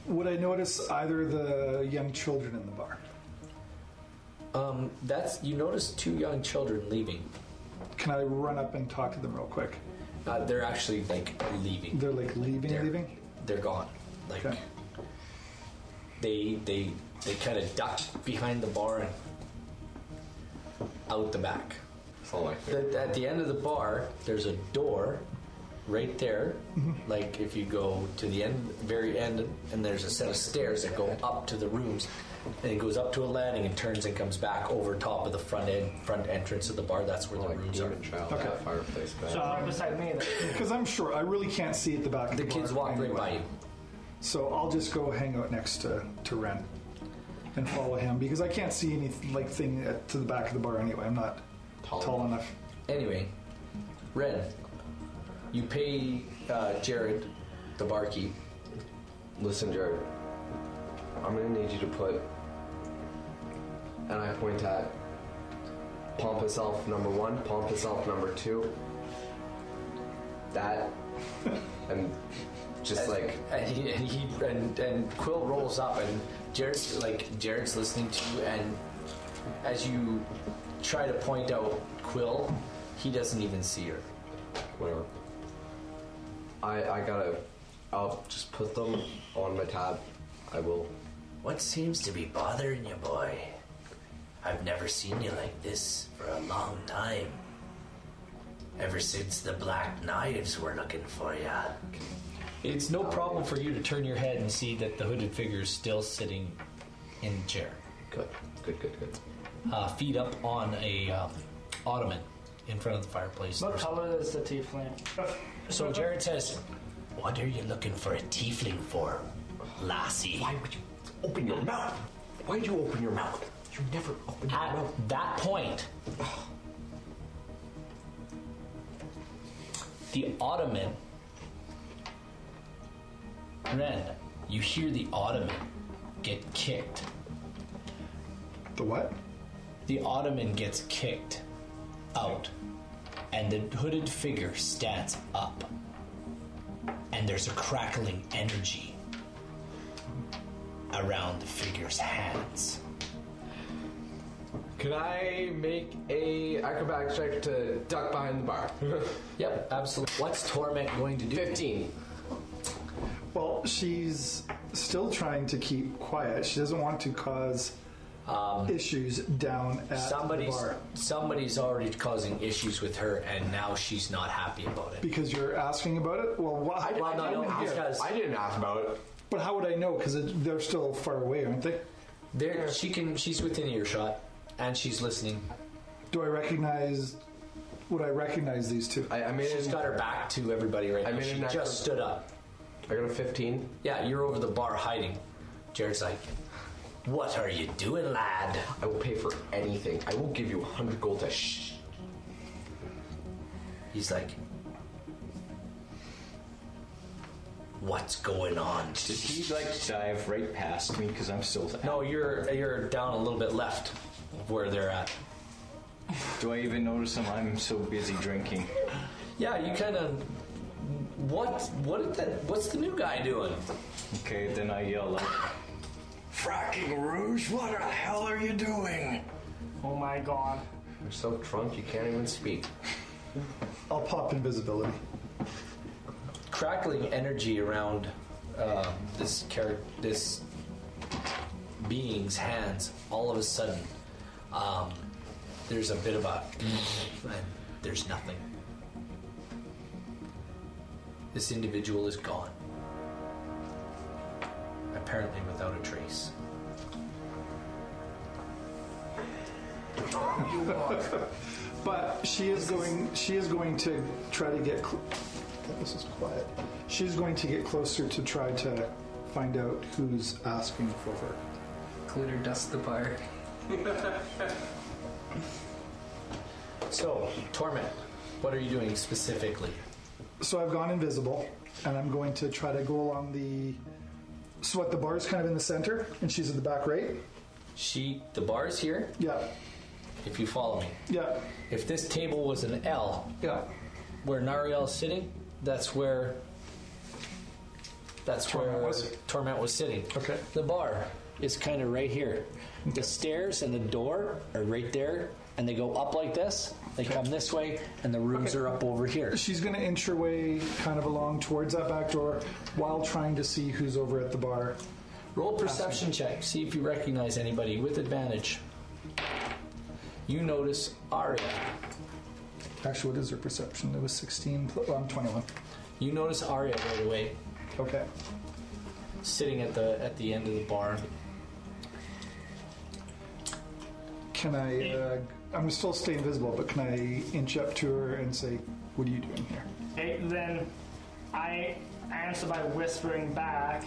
[SPEAKER 3] Would I notice either the young children in the bar?
[SPEAKER 1] Um, that's you notice two young children leaving.
[SPEAKER 3] Can I run up and talk to them real quick?
[SPEAKER 1] Uh, they're actually like leaving.
[SPEAKER 3] They're like leaving,
[SPEAKER 1] They're-
[SPEAKER 3] leaving.
[SPEAKER 1] They're gone. Like
[SPEAKER 3] Okay.
[SPEAKER 1] they they they kind of ducked behind the bar and out the back.
[SPEAKER 4] Oh, I think.
[SPEAKER 1] At, at the end of the bar, there's a door right there. Like if you go to the end, very end, and there's a set of stairs that go up to the rooms, and it goes up to a landing and turns and comes back over top of the front end, front entrance of the bar. That's where the
[SPEAKER 4] Like
[SPEAKER 1] rooms are.
[SPEAKER 4] demon child,
[SPEAKER 3] Okay.
[SPEAKER 4] that fireplace back.
[SPEAKER 5] So right beside me. then.
[SPEAKER 3] Because I'm sure I really can't see at the back. Of
[SPEAKER 1] The
[SPEAKER 3] the,
[SPEAKER 1] kids
[SPEAKER 3] bar
[SPEAKER 1] walk right
[SPEAKER 3] anyway.
[SPEAKER 1] by you.
[SPEAKER 3] So I'll just go hang out next to to Ren and follow him because I can't see any like thing at, to the back of the bar anyway. I'm not tall, enough.
[SPEAKER 1] Anyway, Ren, you pay uh, Jared, the barkeep.
[SPEAKER 4] Listen, Jared. I'm gonna need you to put. And I point at pompous elf number one, pompous elf number two. *laughs* That. and just like.
[SPEAKER 1] *laughs* and he and, he, and and Quill rolls up and Jared's like Jared's listening to you and as you try to point out Quill, he doesn't even see her.
[SPEAKER 4] whatever. I I gotta. I'll just put them on my tab. I will.
[SPEAKER 7] What seems to be bothering you, boy? I've never seen you like this for a long time. Ever since the Black Knives were looking for you.
[SPEAKER 1] It's no problem for you to turn your head and see that the hooded figure is still sitting in the chair,
[SPEAKER 4] Good. Good. Good. Good.
[SPEAKER 1] uh, feet up on a um, ottoman in front of the fireplace.
[SPEAKER 5] What color is the tiefling?
[SPEAKER 1] So Jared says,
[SPEAKER 7] What are you looking for a tiefling for, lassie?
[SPEAKER 4] Why would you open your mouth? Why'd you open your mouth? You never open your mouth.
[SPEAKER 1] At that point, the ottoman. Ren, you hear the ottoman get kicked.
[SPEAKER 3] The what?
[SPEAKER 1] The ottoman gets kicked out, and the hooded figure stands up. and there's a crackling energy around the figure's hands.
[SPEAKER 4] Can I make a acrobatics check to duck behind the bar?
[SPEAKER 1] *laughs* Yep, absolutely. What's torment going to do?
[SPEAKER 4] Fifteen.
[SPEAKER 3] Well, she's still trying to keep quiet. She doesn't want to cause issues down at the
[SPEAKER 1] Um, Somebody's
[SPEAKER 3] bar
[SPEAKER 1] somebody's already causing issues with her, and now she's not happy about it.
[SPEAKER 3] because you're asking about it. Well, why?
[SPEAKER 4] I,
[SPEAKER 1] Well,
[SPEAKER 4] I
[SPEAKER 1] no,
[SPEAKER 4] didn't
[SPEAKER 1] no,
[SPEAKER 4] hear.
[SPEAKER 1] because-
[SPEAKER 4] I didn't ask about it.
[SPEAKER 3] But how would I know? Because they're still far away, aren't they?
[SPEAKER 1] There, she can. She's within earshot, and she's listening.
[SPEAKER 3] Do I recognize? Would I recognize these two?
[SPEAKER 4] I, I made
[SPEAKER 1] She's
[SPEAKER 4] an,
[SPEAKER 1] got her back to everybody right
[SPEAKER 4] I
[SPEAKER 1] now.
[SPEAKER 4] made
[SPEAKER 1] She
[SPEAKER 4] an acro-
[SPEAKER 1] just stood up.
[SPEAKER 4] I got a fifteen.
[SPEAKER 1] Yeah, you're over the bar hiding. Jared's like,
[SPEAKER 7] What are you doing, lad?
[SPEAKER 4] I will pay for anything. I will give you hundred gold to shh.
[SPEAKER 7] He's like, What's going on?
[SPEAKER 6] Did he like dive right past me? Because I'm still.
[SPEAKER 1] "No, you're you're down a little bit left of where they're at."
[SPEAKER 6] Do I even notice him? I'm so busy drinking.
[SPEAKER 1] Yeah, you kind of. What what did that? What's the new guy doing?
[SPEAKER 6] Okay, then I yell out, "Fracking Rouge, what the hell are you doing?"
[SPEAKER 5] Oh my god.
[SPEAKER 4] You're so drunk you can't even speak.
[SPEAKER 3] I'll pop invisibility.
[SPEAKER 1] Crackling energy around uh, this character, this being's hands. All of a sudden, um, there's a bit of a, and there's nothing. This individual is gone. Apparently, without a trace.
[SPEAKER 3] But she is going. She is going to try to get. Cl- this is quiet. She's going to get closer to try to find out who's asking for her.
[SPEAKER 2] Glitter dust the bar.
[SPEAKER 1] So, torment. What are you doing specifically?
[SPEAKER 3] So I've gone invisible, and I'm going to try to go along the. So what the bar's kind of in the center, and she's at the back right.
[SPEAKER 1] She, the bar is here.
[SPEAKER 3] Yeah,
[SPEAKER 1] If you follow me,
[SPEAKER 3] yeah,
[SPEAKER 1] if this table was an L,
[SPEAKER 3] yeah.
[SPEAKER 1] where Nariel's sitting, that's where that's where
[SPEAKER 3] Torment was?
[SPEAKER 1] Torment was sitting.
[SPEAKER 3] Okay.
[SPEAKER 8] The bar is kind of right here. The stairs and the door are right there, and they go up like this. They come this way, and the rooms are up over here.
[SPEAKER 3] She's going to inch her way kind of along towards that back door while trying to see who's over at the bar.
[SPEAKER 1] Roll perception check. See if you recognize anybody with advantage. You notice Arya.
[SPEAKER 3] Actually, what is her perception? It was 16. pl- Well, I'm 21.
[SPEAKER 1] You notice Arya right away,
[SPEAKER 3] Okay.
[SPEAKER 1] sitting at the at the end of the bar.
[SPEAKER 3] Can I? Uh, I'm still stay invisible, but can I inch up to her and say, "What are you doing here?"
[SPEAKER 5] Okay, then I answer by whispering back.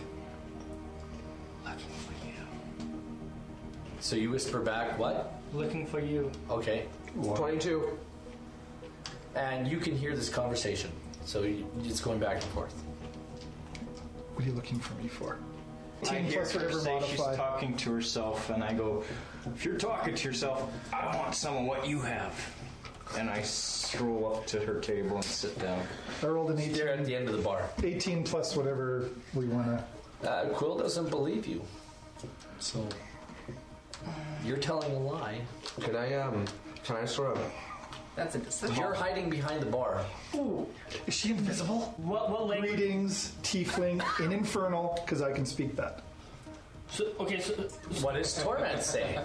[SPEAKER 1] So you whisper back, "What?"
[SPEAKER 5] Looking for you.
[SPEAKER 1] Okay.
[SPEAKER 4] Twenty-two.
[SPEAKER 1] And you can hear this conversation. So you- it's going back and forth.
[SPEAKER 3] What are you looking for me for?
[SPEAKER 6] I
[SPEAKER 3] Team
[SPEAKER 6] hear
[SPEAKER 3] plus
[SPEAKER 6] her
[SPEAKER 3] whatever
[SPEAKER 6] say she's
[SPEAKER 3] modified.
[SPEAKER 6] talking to herself, and I go, "If you're talking to yourself, I want some of what you have." And I stroll up to her table and sit down.
[SPEAKER 3] I rolled an
[SPEAKER 1] They're
[SPEAKER 3] 18,
[SPEAKER 1] at the end of the bar.
[SPEAKER 3] 18 plus whatever we want to.
[SPEAKER 1] Uh, Quill doesn't believe you. So you're telling a lie.
[SPEAKER 4] Can I um? Can I sort of?
[SPEAKER 2] That's a deception.
[SPEAKER 1] You're hiding behind the bar.
[SPEAKER 3] Is she invisible?
[SPEAKER 5] What what language?
[SPEAKER 3] Greetings, tiefling, in infernal, because I can speak that.
[SPEAKER 5] So, okay, so
[SPEAKER 1] What is Torment saying?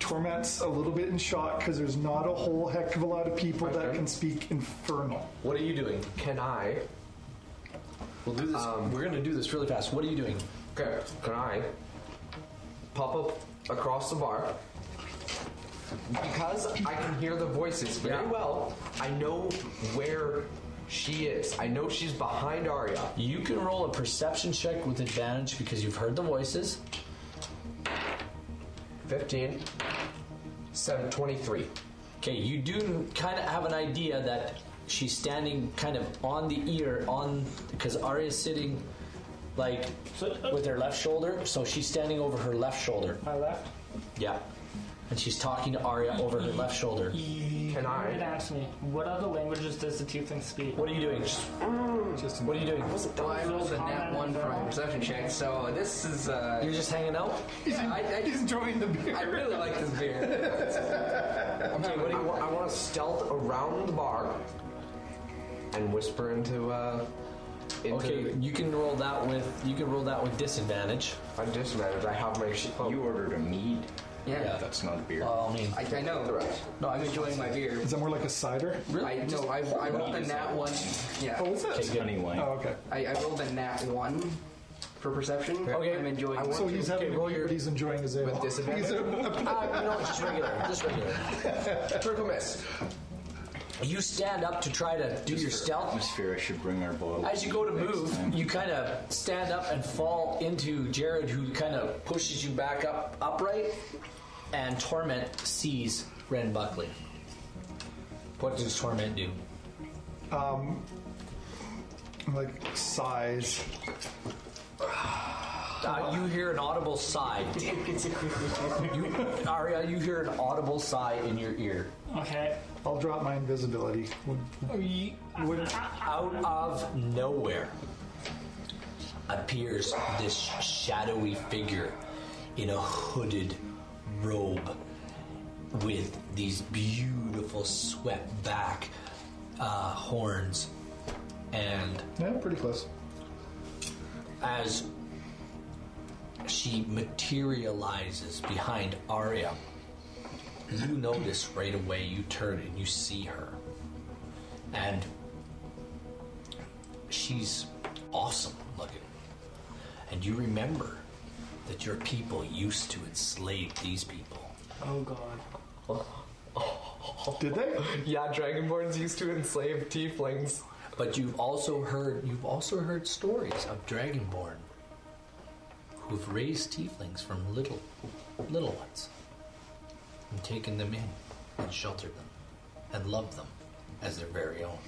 [SPEAKER 3] Torment's a little bit in shock because there's not a whole heck of a lot of people that
[SPEAKER 4] Okay.
[SPEAKER 3] can speak infernal.
[SPEAKER 1] What are you doing?
[SPEAKER 4] Can I?
[SPEAKER 1] We'll do this. we're gonna do this really fast. What are you doing?
[SPEAKER 4] Okay. Can I? Pop up across the bar. Because I can hear the voices very
[SPEAKER 1] Yeah.
[SPEAKER 4] well. I know where she is. I know she's behind Arya.
[SPEAKER 1] You can roll a perception check with advantage because you've heard the voices.
[SPEAKER 4] Fifteen. Seven. Twenty-three.
[SPEAKER 1] Okay, you do kind of have an idea that she's standing kind of on the ear on because Arya's sitting like
[SPEAKER 5] So-
[SPEAKER 1] with her left shoulder, so she's standing over her left shoulder.
[SPEAKER 5] my left.
[SPEAKER 1] Yeah. and she's talking to Arya over her left shoulder.
[SPEAKER 4] Can I?
[SPEAKER 5] It asked me, what other languages does the tiefling speak?
[SPEAKER 1] What are you doing?
[SPEAKER 3] Just in
[SPEAKER 1] What are you doing?
[SPEAKER 2] Well, I rolled a nat one for my perception check, so this is. Uh,
[SPEAKER 1] You're just hanging out.
[SPEAKER 2] yeah,
[SPEAKER 4] *laughs*
[SPEAKER 2] I, I
[SPEAKER 3] He's
[SPEAKER 2] just.
[SPEAKER 3] enjoying the beer.
[SPEAKER 2] I really like this beer.
[SPEAKER 4] *laughs* Okay, what do you want? I want to stealth around the bar and whisper into uh into
[SPEAKER 1] Okay, you can roll that with you can roll that with disadvantage.
[SPEAKER 4] I'm disadvantaged. I have my sh- oh,
[SPEAKER 6] You ordered a mead.
[SPEAKER 2] Yeah.
[SPEAKER 1] Yeah.
[SPEAKER 6] That's not a beer.
[SPEAKER 1] Well, I mean,
[SPEAKER 2] I, I know. No, I'm enjoying my beer.
[SPEAKER 3] Is that more like a cider?
[SPEAKER 2] I no, I, I rolled a nat one.
[SPEAKER 3] Oh,
[SPEAKER 2] Yeah,
[SPEAKER 3] is it?
[SPEAKER 6] It's honey wine.
[SPEAKER 1] uh,
[SPEAKER 3] Oh, okay.
[SPEAKER 2] I, I rolled a nat one for perception.
[SPEAKER 1] Okay.
[SPEAKER 2] I'm enjoying.
[SPEAKER 4] I
[SPEAKER 3] So
[SPEAKER 4] want-
[SPEAKER 3] he's having
[SPEAKER 1] Okay,
[SPEAKER 3] a
[SPEAKER 1] roll
[SPEAKER 3] beer,
[SPEAKER 1] your-
[SPEAKER 3] but he's enjoying his ale.
[SPEAKER 4] With disadvantage?
[SPEAKER 3] He's a-
[SPEAKER 1] uh, you know, just regular, just regular.
[SPEAKER 4] *laughs* Critical miss.
[SPEAKER 1] You stand up to try to do your stealth.
[SPEAKER 6] Atmosphere. I should bring our bottle.
[SPEAKER 1] As you go to
[SPEAKER 6] next
[SPEAKER 1] move,
[SPEAKER 6] time.
[SPEAKER 1] you kind of stand up and fall into Jared, who kind of pushes you back up upright. And Torment sees Ren Buckley. What does Torment do?
[SPEAKER 3] like sighs.
[SPEAKER 1] Uh, you hear an audible
[SPEAKER 4] *laughs*
[SPEAKER 1] sigh. you, Arya, you hear an audible sigh in your ear.
[SPEAKER 5] Okay.
[SPEAKER 3] I'll drop my invisibility. Would- would-
[SPEAKER 1] Out of nowhere appears this shadowy figure in a hooded robe with these beautiful swept back uh, horns. And
[SPEAKER 3] yeah, pretty close.
[SPEAKER 1] as she materializes behind Arya, you notice right away. You turn and you see her, and she's awesome looking. And you remember that your people used to enslave these people.
[SPEAKER 5] Oh god.
[SPEAKER 3] Did they?
[SPEAKER 4] *laughs* Yeah, dragonborns used to enslave tieflings.
[SPEAKER 1] But you've also heard you've also heard stories of Dragonborn who've raised tieflings from little little ones and taken them in and sheltered them and loved them as their very own.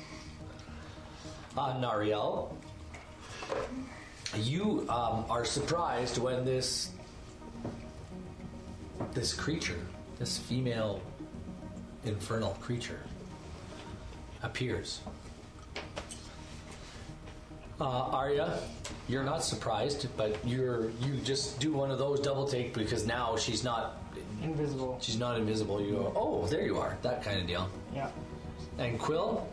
[SPEAKER 1] Ah, Nariel, you um, are surprised when this this creature, this female infernal creature, appears. Uh, Arya, you're not surprised, but you're you just do one of those double take because now she's not
[SPEAKER 5] Invisible.
[SPEAKER 1] she's not invisible. You go, oh, there you are, that kind of deal.
[SPEAKER 5] Yeah.
[SPEAKER 1] And Quill,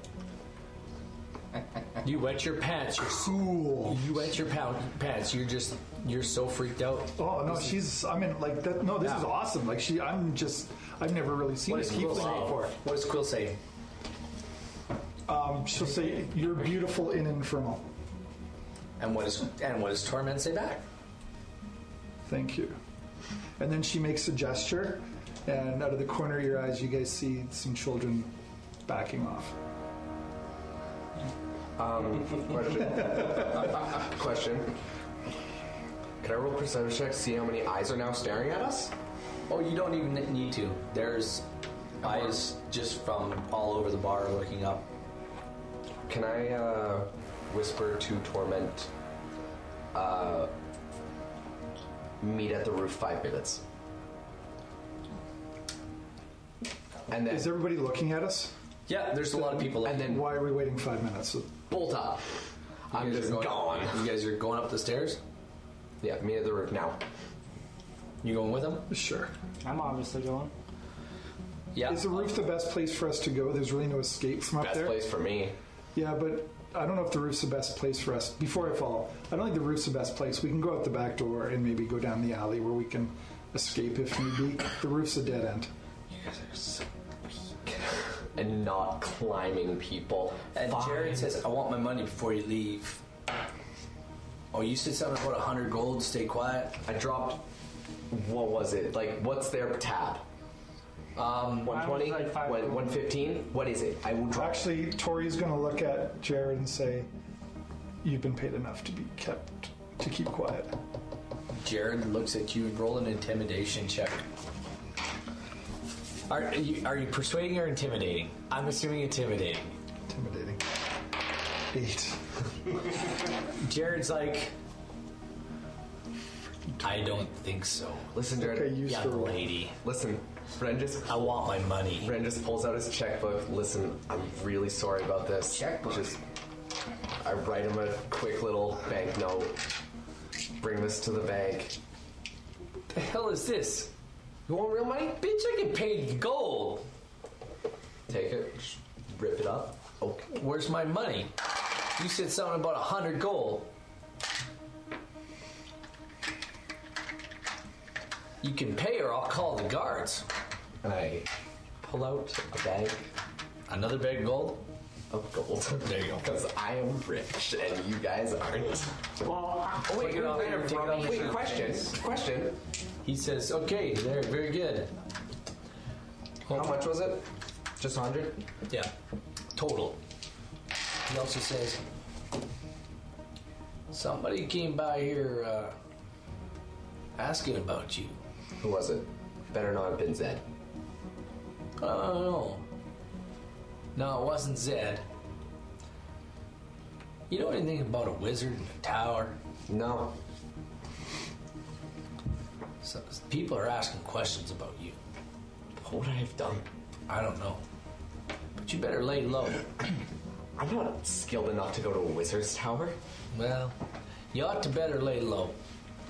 [SPEAKER 1] you wet your pants. You're cool. You wet your pow- pants. You're just you're so freaked out.
[SPEAKER 3] Oh no, she's. I mean, like that. No, this is awesome. Like she. I'm just. I've never really seen
[SPEAKER 1] What
[SPEAKER 3] a
[SPEAKER 1] does Quill
[SPEAKER 3] tiefling
[SPEAKER 1] say?
[SPEAKER 3] before.
[SPEAKER 1] What does Quill say?
[SPEAKER 3] Um, she'll say, "You're beautiful in infernal."
[SPEAKER 1] And what is and what does Torment say back?
[SPEAKER 3] Thank you. And then she makes a gesture, and out of the corner of your eyes, you guys see some children backing off.
[SPEAKER 4] Question. *laughs* Question. Can I roll perception check? See how many eyes are now staring at us?
[SPEAKER 1] Oh, you don't even need to. There's eyes just from all over the bar looking up.
[SPEAKER 4] Can I uh, whisper to torment? Uh, meet at the roof five minutes. And then
[SPEAKER 3] Is everybody looking at us?
[SPEAKER 1] Yeah, there's a lot of people.
[SPEAKER 4] and then
[SPEAKER 3] Why are we waiting five minutes?
[SPEAKER 4] bolt up. I'm
[SPEAKER 1] guys
[SPEAKER 4] just
[SPEAKER 1] are going-
[SPEAKER 4] gone.
[SPEAKER 1] You guys are going up the stairs.
[SPEAKER 4] Yeah, meet at the roof now.
[SPEAKER 1] You going with them?
[SPEAKER 3] Sure.
[SPEAKER 5] I'm obviously going.
[SPEAKER 1] Yeah.
[SPEAKER 3] Is the roof the best place for us to go? There's really no escape from up
[SPEAKER 4] Best
[SPEAKER 3] there.
[SPEAKER 4] place for me.
[SPEAKER 3] Yeah, but I don't know if the roof's the best place for us. Before I fall, I don't think the roof's the best place. We can go out the back door and maybe go down the alley where we can escape if need be. The roof's a dead end.
[SPEAKER 4] And not climbing people.
[SPEAKER 1] And
[SPEAKER 4] Fine.
[SPEAKER 1] Jared says, "I want my money before you leave." Oh, you said something about a hundred gold. Stay quiet.
[SPEAKER 4] I dropped. What was it? Like, what's their tab? Um, 120?
[SPEAKER 5] like five
[SPEAKER 4] What-
[SPEAKER 5] gold.
[SPEAKER 4] 115? What is it? I will drop.
[SPEAKER 3] Actually, Tori's going to look at Jared and say, "You've been paid enough to be kept to keep quiet."
[SPEAKER 1] Jared looks at you and roll an intimidation check. Are, are you, are you persuading or intimidating? I'm assuming intimidating.
[SPEAKER 3] Intimidating. Eight.
[SPEAKER 1] Jared's like, I don't think so.
[SPEAKER 4] Listen, Jared.
[SPEAKER 3] Okay, use the
[SPEAKER 1] Young
[SPEAKER 3] roll.
[SPEAKER 1] lady.
[SPEAKER 4] Listen, Bren just
[SPEAKER 1] I want my money.
[SPEAKER 4] Bren just pulls out his checkbook. Listen, I'm really sorry about this.
[SPEAKER 2] Checkbook?
[SPEAKER 4] Just I write him a quick little banknote. Bring this to the bank.
[SPEAKER 1] The hell is this? You want real money? Bitch, I get paid in gold.
[SPEAKER 4] Take it. Rip it up. Okay.
[SPEAKER 1] Where's my money? You said something about a hundred gold. You can pay or I'll call the guards.
[SPEAKER 4] And I pull out a bag
[SPEAKER 1] Another bag of gold? *laughs*
[SPEAKER 4] of gold. There you go. Because I am rich and you guys aren't.
[SPEAKER 5] Well, I-
[SPEAKER 4] Oh, wait,
[SPEAKER 2] Take it off your- take it off your
[SPEAKER 4] wait,
[SPEAKER 2] shirt.
[SPEAKER 4] question. Question.
[SPEAKER 1] He says, okay, there, very good.
[SPEAKER 4] How much was it? Just 100?
[SPEAKER 1] Yeah, total. He also says, somebody came by here uh, asking about you.
[SPEAKER 4] Who was it? Better not have been Zed.
[SPEAKER 1] I don't know. No, it wasn't Zed. You know anything about a wizard and a tower?
[SPEAKER 4] No.
[SPEAKER 1] So, people are asking questions about you.
[SPEAKER 4] What would I have done?
[SPEAKER 1] I don't know. But you better lay low.
[SPEAKER 4] I'm not skilled enough to go to a wizard's tower.
[SPEAKER 1] Well, you ought to better lay low,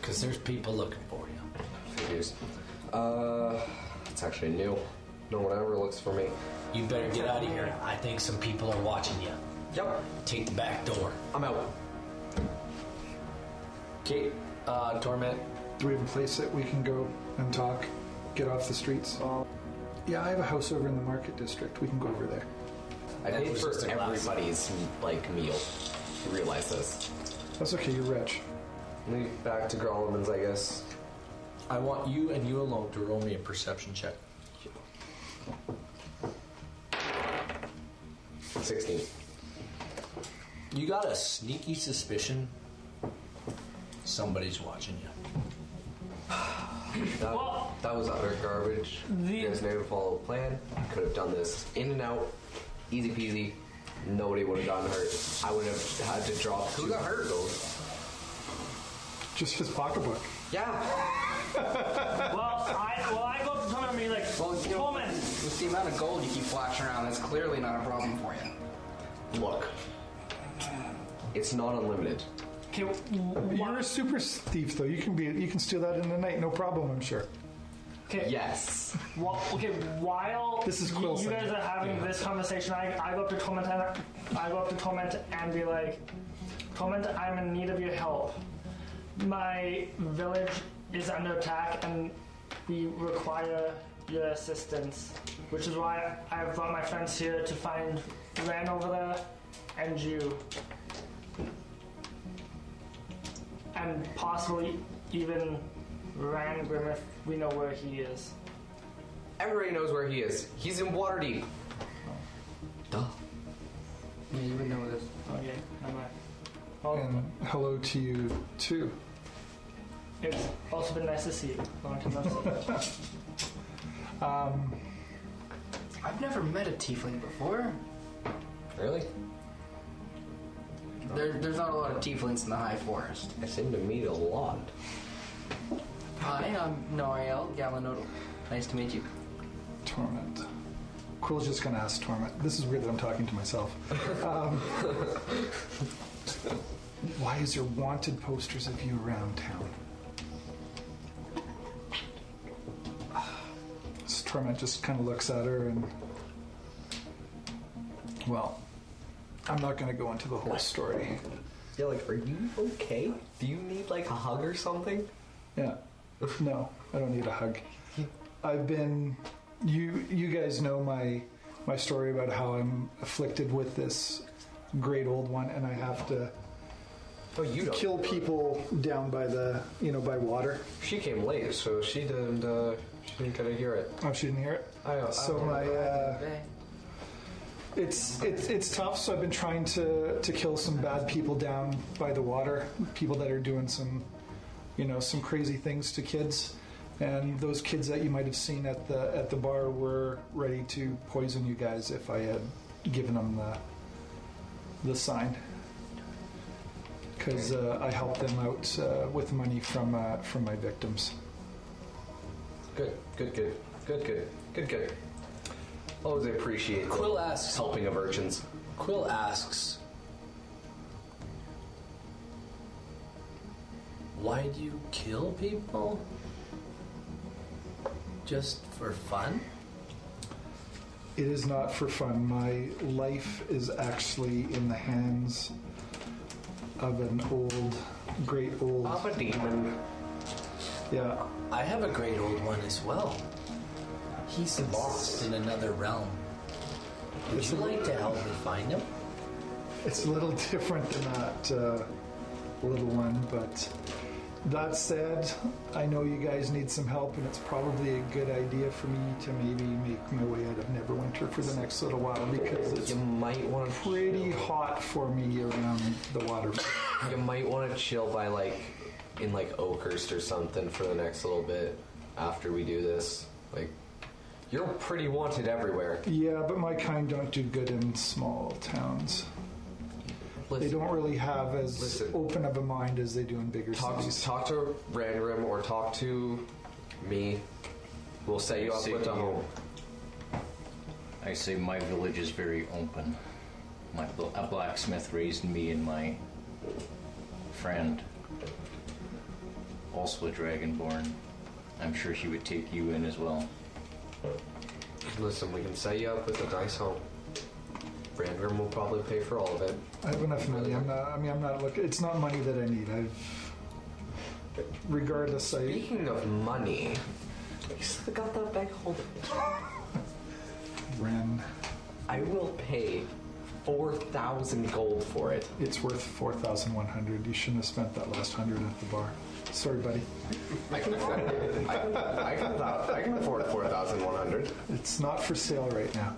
[SPEAKER 1] because there's people looking for you.
[SPEAKER 4] Figures. Uh, it's actually new. No one ever looks for me.
[SPEAKER 1] You better get out of here. I think some people are watching you.
[SPEAKER 4] Yep,
[SPEAKER 1] Take the back door.
[SPEAKER 4] I'm out.
[SPEAKER 1] Okay, uh, Torment.
[SPEAKER 3] Do we have a place that we can go and talk? Get off the streets? Yeah, I have a house over in the market district. We can go over there.
[SPEAKER 4] I
[SPEAKER 1] That
[SPEAKER 4] paid
[SPEAKER 1] was
[SPEAKER 4] for
[SPEAKER 1] just a glass.
[SPEAKER 4] everybody's like meal. You realize this?
[SPEAKER 3] That's okay, you're rich.
[SPEAKER 4] Maybe back to Grolman's, I guess.
[SPEAKER 1] I want you and you alone to roll me a perception check.
[SPEAKER 4] 16.
[SPEAKER 1] You got a sneaky suspicion somebody's watching you.
[SPEAKER 4] That,
[SPEAKER 5] Well-
[SPEAKER 4] that was utter garbage.
[SPEAKER 5] The-
[SPEAKER 4] you guys never followed the plan. Could have done this in and out, easy peasy. Nobody would have gotten hurt. I would have had to drop. Who got hurt?
[SPEAKER 3] Just his pocketbook.
[SPEAKER 4] Yeah.
[SPEAKER 5] well, I, well, I go up to Coleman and be like,
[SPEAKER 2] Well, you know-
[SPEAKER 5] Coleman,
[SPEAKER 2] With the amount of gold you keep flashing around, that's clearly not a problem for you.
[SPEAKER 4] Look, it's not unlimited.
[SPEAKER 5] can,
[SPEAKER 3] You're a
[SPEAKER 5] why,
[SPEAKER 3] super thief, though. You can be. You can steal that in the night, no problem. I'm sure.
[SPEAKER 5] okay,
[SPEAKER 4] Yes.
[SPEAKER 5] Well, okay, while
[SPEAKER 3] This is
[SPEAKER 5] you-
[SPEAKER 3] Quill
[SPEAKER 5] you guys
[SPEAKER 3] Center.
[SPEAKER 5] are having this conversation, I, I go up to Torment and I go up to Torment and be like, Torment, I'm in need of your help. My village is under attack and we require your assistance, which is why I brought my friends here to find Ran over there and you. And possibly even Ran Grim if we know where he is.
[SPEAKER 4] Everybody knows where he is. He's in Waterdeep. Duh.
[SPEAKER 2] Yeah, you would know this.
[SPEAKER 5] Okay, never mind. Well,
[SPEAKER 3] And hello to you too.
[SPEAKER 5] it's also been nice to see you. Long time no see.
[SPEAKER 3] Um,
[SPEAKER 2] I've never met a tiefling before.
[SPEAKER 4] Really?
[SPEAKER 2] There, there's not a lot of tieflings in the high forest.
[SPEAKER 4] I seem to meet a lot.
[SPEAKER 2] Hi, I'm Noriel Galanodal. Nice to meet you.
[SPEAKER 3] Torment. Quill's just gonna ask Torment. This is weird that I'm talking to myself. Um, *laughs* why is there wanted posters of you around town? So Torment just kind of looks at her and. Well, I'm not gonna go into the whole story.
[SPEAKER 4] Yeah, like, are you okay? Do you need like a hug or something?
[SPEAKER 3] Yeah. No, I don't need a hug. I've been you you guys know my my story about how I'm afflicted with this great old one and I have to
[SPEAKER 4] Oh, you don't.
[SPEAKER 3] kill people down by the you know by water.
[SPEAKER 4] She came late, so she didn't. Uh, she didn't get to hear it.
[SPEAKER 3] Oh, she didn't hear it.
[SPEAKER 4] I don't-
[SPEAKER 3] So
[SPEAKER 4] I don't know.
[SPEAKER 3] my uh,
[SPEAKER 2] Okay.
[SPEAKER 3] It's, it's it's tough. So I've been trying to to kill some bad people down by the water, people that are doing some, you know, some crazy things to kids, and those kids that you might have seen at the at the bar were ready to poison you guys if I had given them the the sign. Because uh, I helped them out uh, with money from uh, from my victims.
[SPEAKER 4] Good, good, good. Good, good, good, good. Always appreciate the
[SPEAKER 1] Quill asks.
[SPEAKER 4] helping of urchins.
[SPEAKER 1] Quill asks,
[SPEAKER 7] Why do you kill people? Just for fun?
[SPEAKER 3] It is not for fun. My life is actually in the hands of an old, great old.
[SPEAKER 4] a demon.
[SPEAKER 3] Yeah.
[SPEAKER 7] I have a great old one as well. He's lost in another realm. Would
[SPEAKER 3] It's a-
[SPEAKER 7] you like to help me find him?
[SPEAKER 3] It's a little *laughs* different than that uh, little one, but that said, I know you guys need some help, and it's probably a good idea for me to maybe make my way out of Neverwinter for the next little while because it's
[SPEAKER 4] You might want to
[SPEAKER 3] pretty hot for me around the water.
[SPEAKER 4] You might want to chill by like in like Oakhurst or something for the next little bit after we do this. Like, you're pretty wanted everywhere.
[SPEAKER 3] Yeah, but my kind don't do good in small towns. They don't really have as
[SPEAKER 4] Listen.
[SPEAKER 3] open of a mind as they do in bigger
[SPEAKER 4] Talk
[SPEAKER 3] cities.
[SPEAKER 4] to, talk to Ranrim or talk to me. We'll set you up
[SPEAKER 6] See
[SPEAKER 4] with a
[SPEAKER 6] you.
[SPEAKER 4] home.
[SPEAKER 6] I say my village is very open. My bl- a blacksmith raised me and my friend, also a dragonborn. I'm sure he would take you in as well.
[SPEAKER 4] Listen, we can set you up with a nice home. Ranrim will probably pay for all of it.
[SPEAKER 3] I have enough money. I'm not. I mean, I'm not looking. It's not money that I need. I've, regardless, I
[SPEAKER 4] Speaking of money, you still got that bag holder.
[SPEAKER 3] ran.
[SPEAKER 4] I will pay four thousand gold for it.
[SPEAKER 3] It's worth four thousand one hundred. You shouldn't have spent that last hundred at the bar. Sorry, buddy.
[SPEAKER 4] I can afford. *laughs* I can, I can, afford- I can afford four thousand one hundred.
[SPEAKER 3] It's not for sale right now.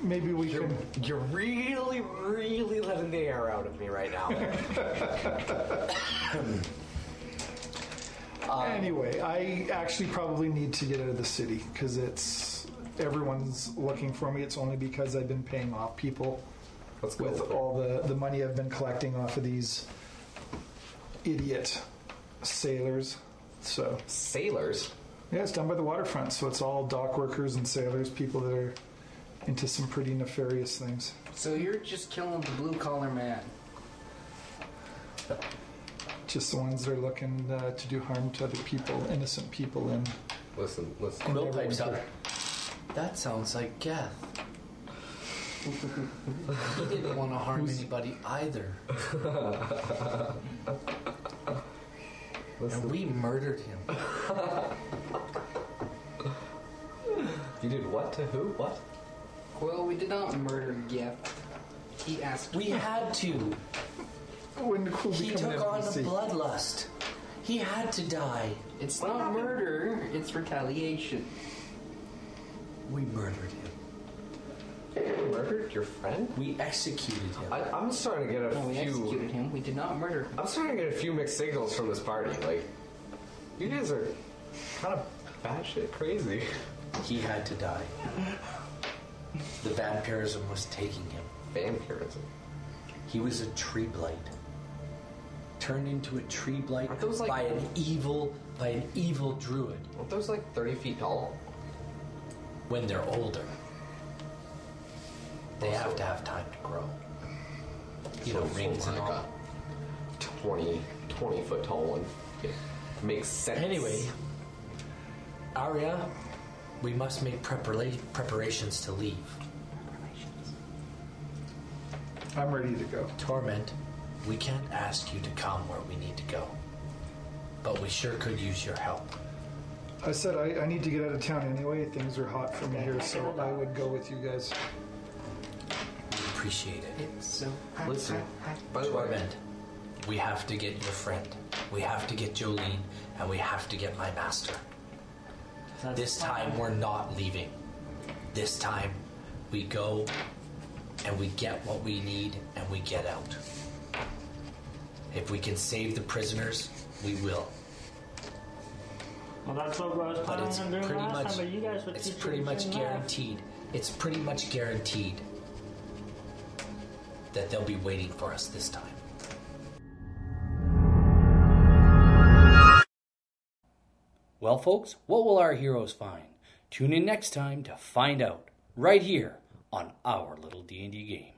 [SPEAKER 3] Maybe we
[SPEAKER 4] You're,
[SPEAKER 3] can.
[SPEAKER 4] you're really, really letting the air out of me right *laughs* now.
[SPEAKER 3] anyway, I actually probably need to get out of the city because it's everyone's looking for me. It's only because I've been paying off people
[SPEAKER 4] Let's go.
[SPEAKER 3] with all the the money I've been collecting off of these idiot sailors. So.
[SPEAKER 4] sailors.
[SPEAKER 3] Yeah, it's down by the waterfront, so it's all dock workers and sailors, people that are into some pretty nefarious things.
[SPEAKER 2] So you're just killing the blue collar man.
[SPEAKER 3] Just the ones that are looking uh, to do harm to other people, innocent people. And
[SPEAKER 4] Listen, listen.
[SPEAKER 7] Quill pipes up. That sounds like Geth. he didn't want to harm anybody either. and we murdered him.
[SPEAKER 4] You did what to who? What?
[SPEAKER 2] Well, we did not murder Geth. He asked.
[SPEAKER 7] We had to.
[SPEAKER 3] when the cool
[SPEAKER 7] He
[SPEAKER 3] become
[SPEAKER 7] took on a
[SPEAKER 3] NPC.
[SPEAKER 7] bloodlust. He had to die.
[SPEAKER 2] It's not murder. It's retaliation.
[SPEAKER 7] We murdered him.
[SPEAKER 4] You murdered your friend?
[SPEAKER 7] We executed him.
[SPEAKER 4] I, I'm starting to get a
[SPEAKER 2] No, we
[SPEAKER 4] few.
[SPEAKER 2] executed him. We did not murder him.
[SPEAKER 4] I'm starting to get a few mixed signals from this party. Like, you guys are kind of batshit crazy.
[SPEAKER 7] He had to die. The vampirism was taking him.
[SPEAKER 4] Vampirism.
[SPEAKER 7] He was a tree blight. Turned into a tree blight
[SPEAKER 4] Aren't those like-
[SPEAKER 7] by an evil by an evil druid
[SPEAKER 4] Aren't those like 30 feet tall?
[SPEAKER 7] when they're older. They have to have time to grow. You know, rings and
[SPEAKER 4] like
[SPEAKER 7] all.
[SPEAKER 4] a 20, 20 foot tall one. It makes sense.
[SPEAKER 7] Anyway, Arya, we must make prepara- preparations to leave.
[SPEAKER 3] I'm ready to go.
[SPEAKER 7] Torment, we can't ask you to come where we need to go. But we sure could use your help.
[SPEAKER 3] I said I, I need to get out of town anyway. Things are hot for me here, so I would go with you guys.
[SPEAKER 7] We appreciate it.
[SPEAKER 2] So
[SPEAKER 4] Listen, by the way,
[SPEAKER 7] Torment, we have to get your friend. We have to get Jolene, and we have to get my master. This time we're not leaving. This time we go and we get what we need and we get out. If we can save the prisoners, we will.
[SPEAKER 5] *laughs* Well, that's what I was
[SPEAKER 7] But
[SPEAKER 5] planning
[SPEAKER 7] it's
[SPEAKER 5] on doing
[SPEAKER 7] pretty
[SPEAKER 5] last time,
[SPEAKER 7] much
[SPEAKER 5] but you guys were
[SPEAKER 7] it's
[SPEAKER 5] teaching
[SPEAKER 7] pretty
[SPEAKER 5] me
[SPEAKER 7] much
[SPEAKER 5] math.
[SPEAKER 7] guaranteed. It's pretty much guaranteed that they'll be waiting for us this time.
[SPEAKER 9] Well, folks, what will our heroes find?
[SPEAKER 7] Tune in next time to find out right here on our little D&D game.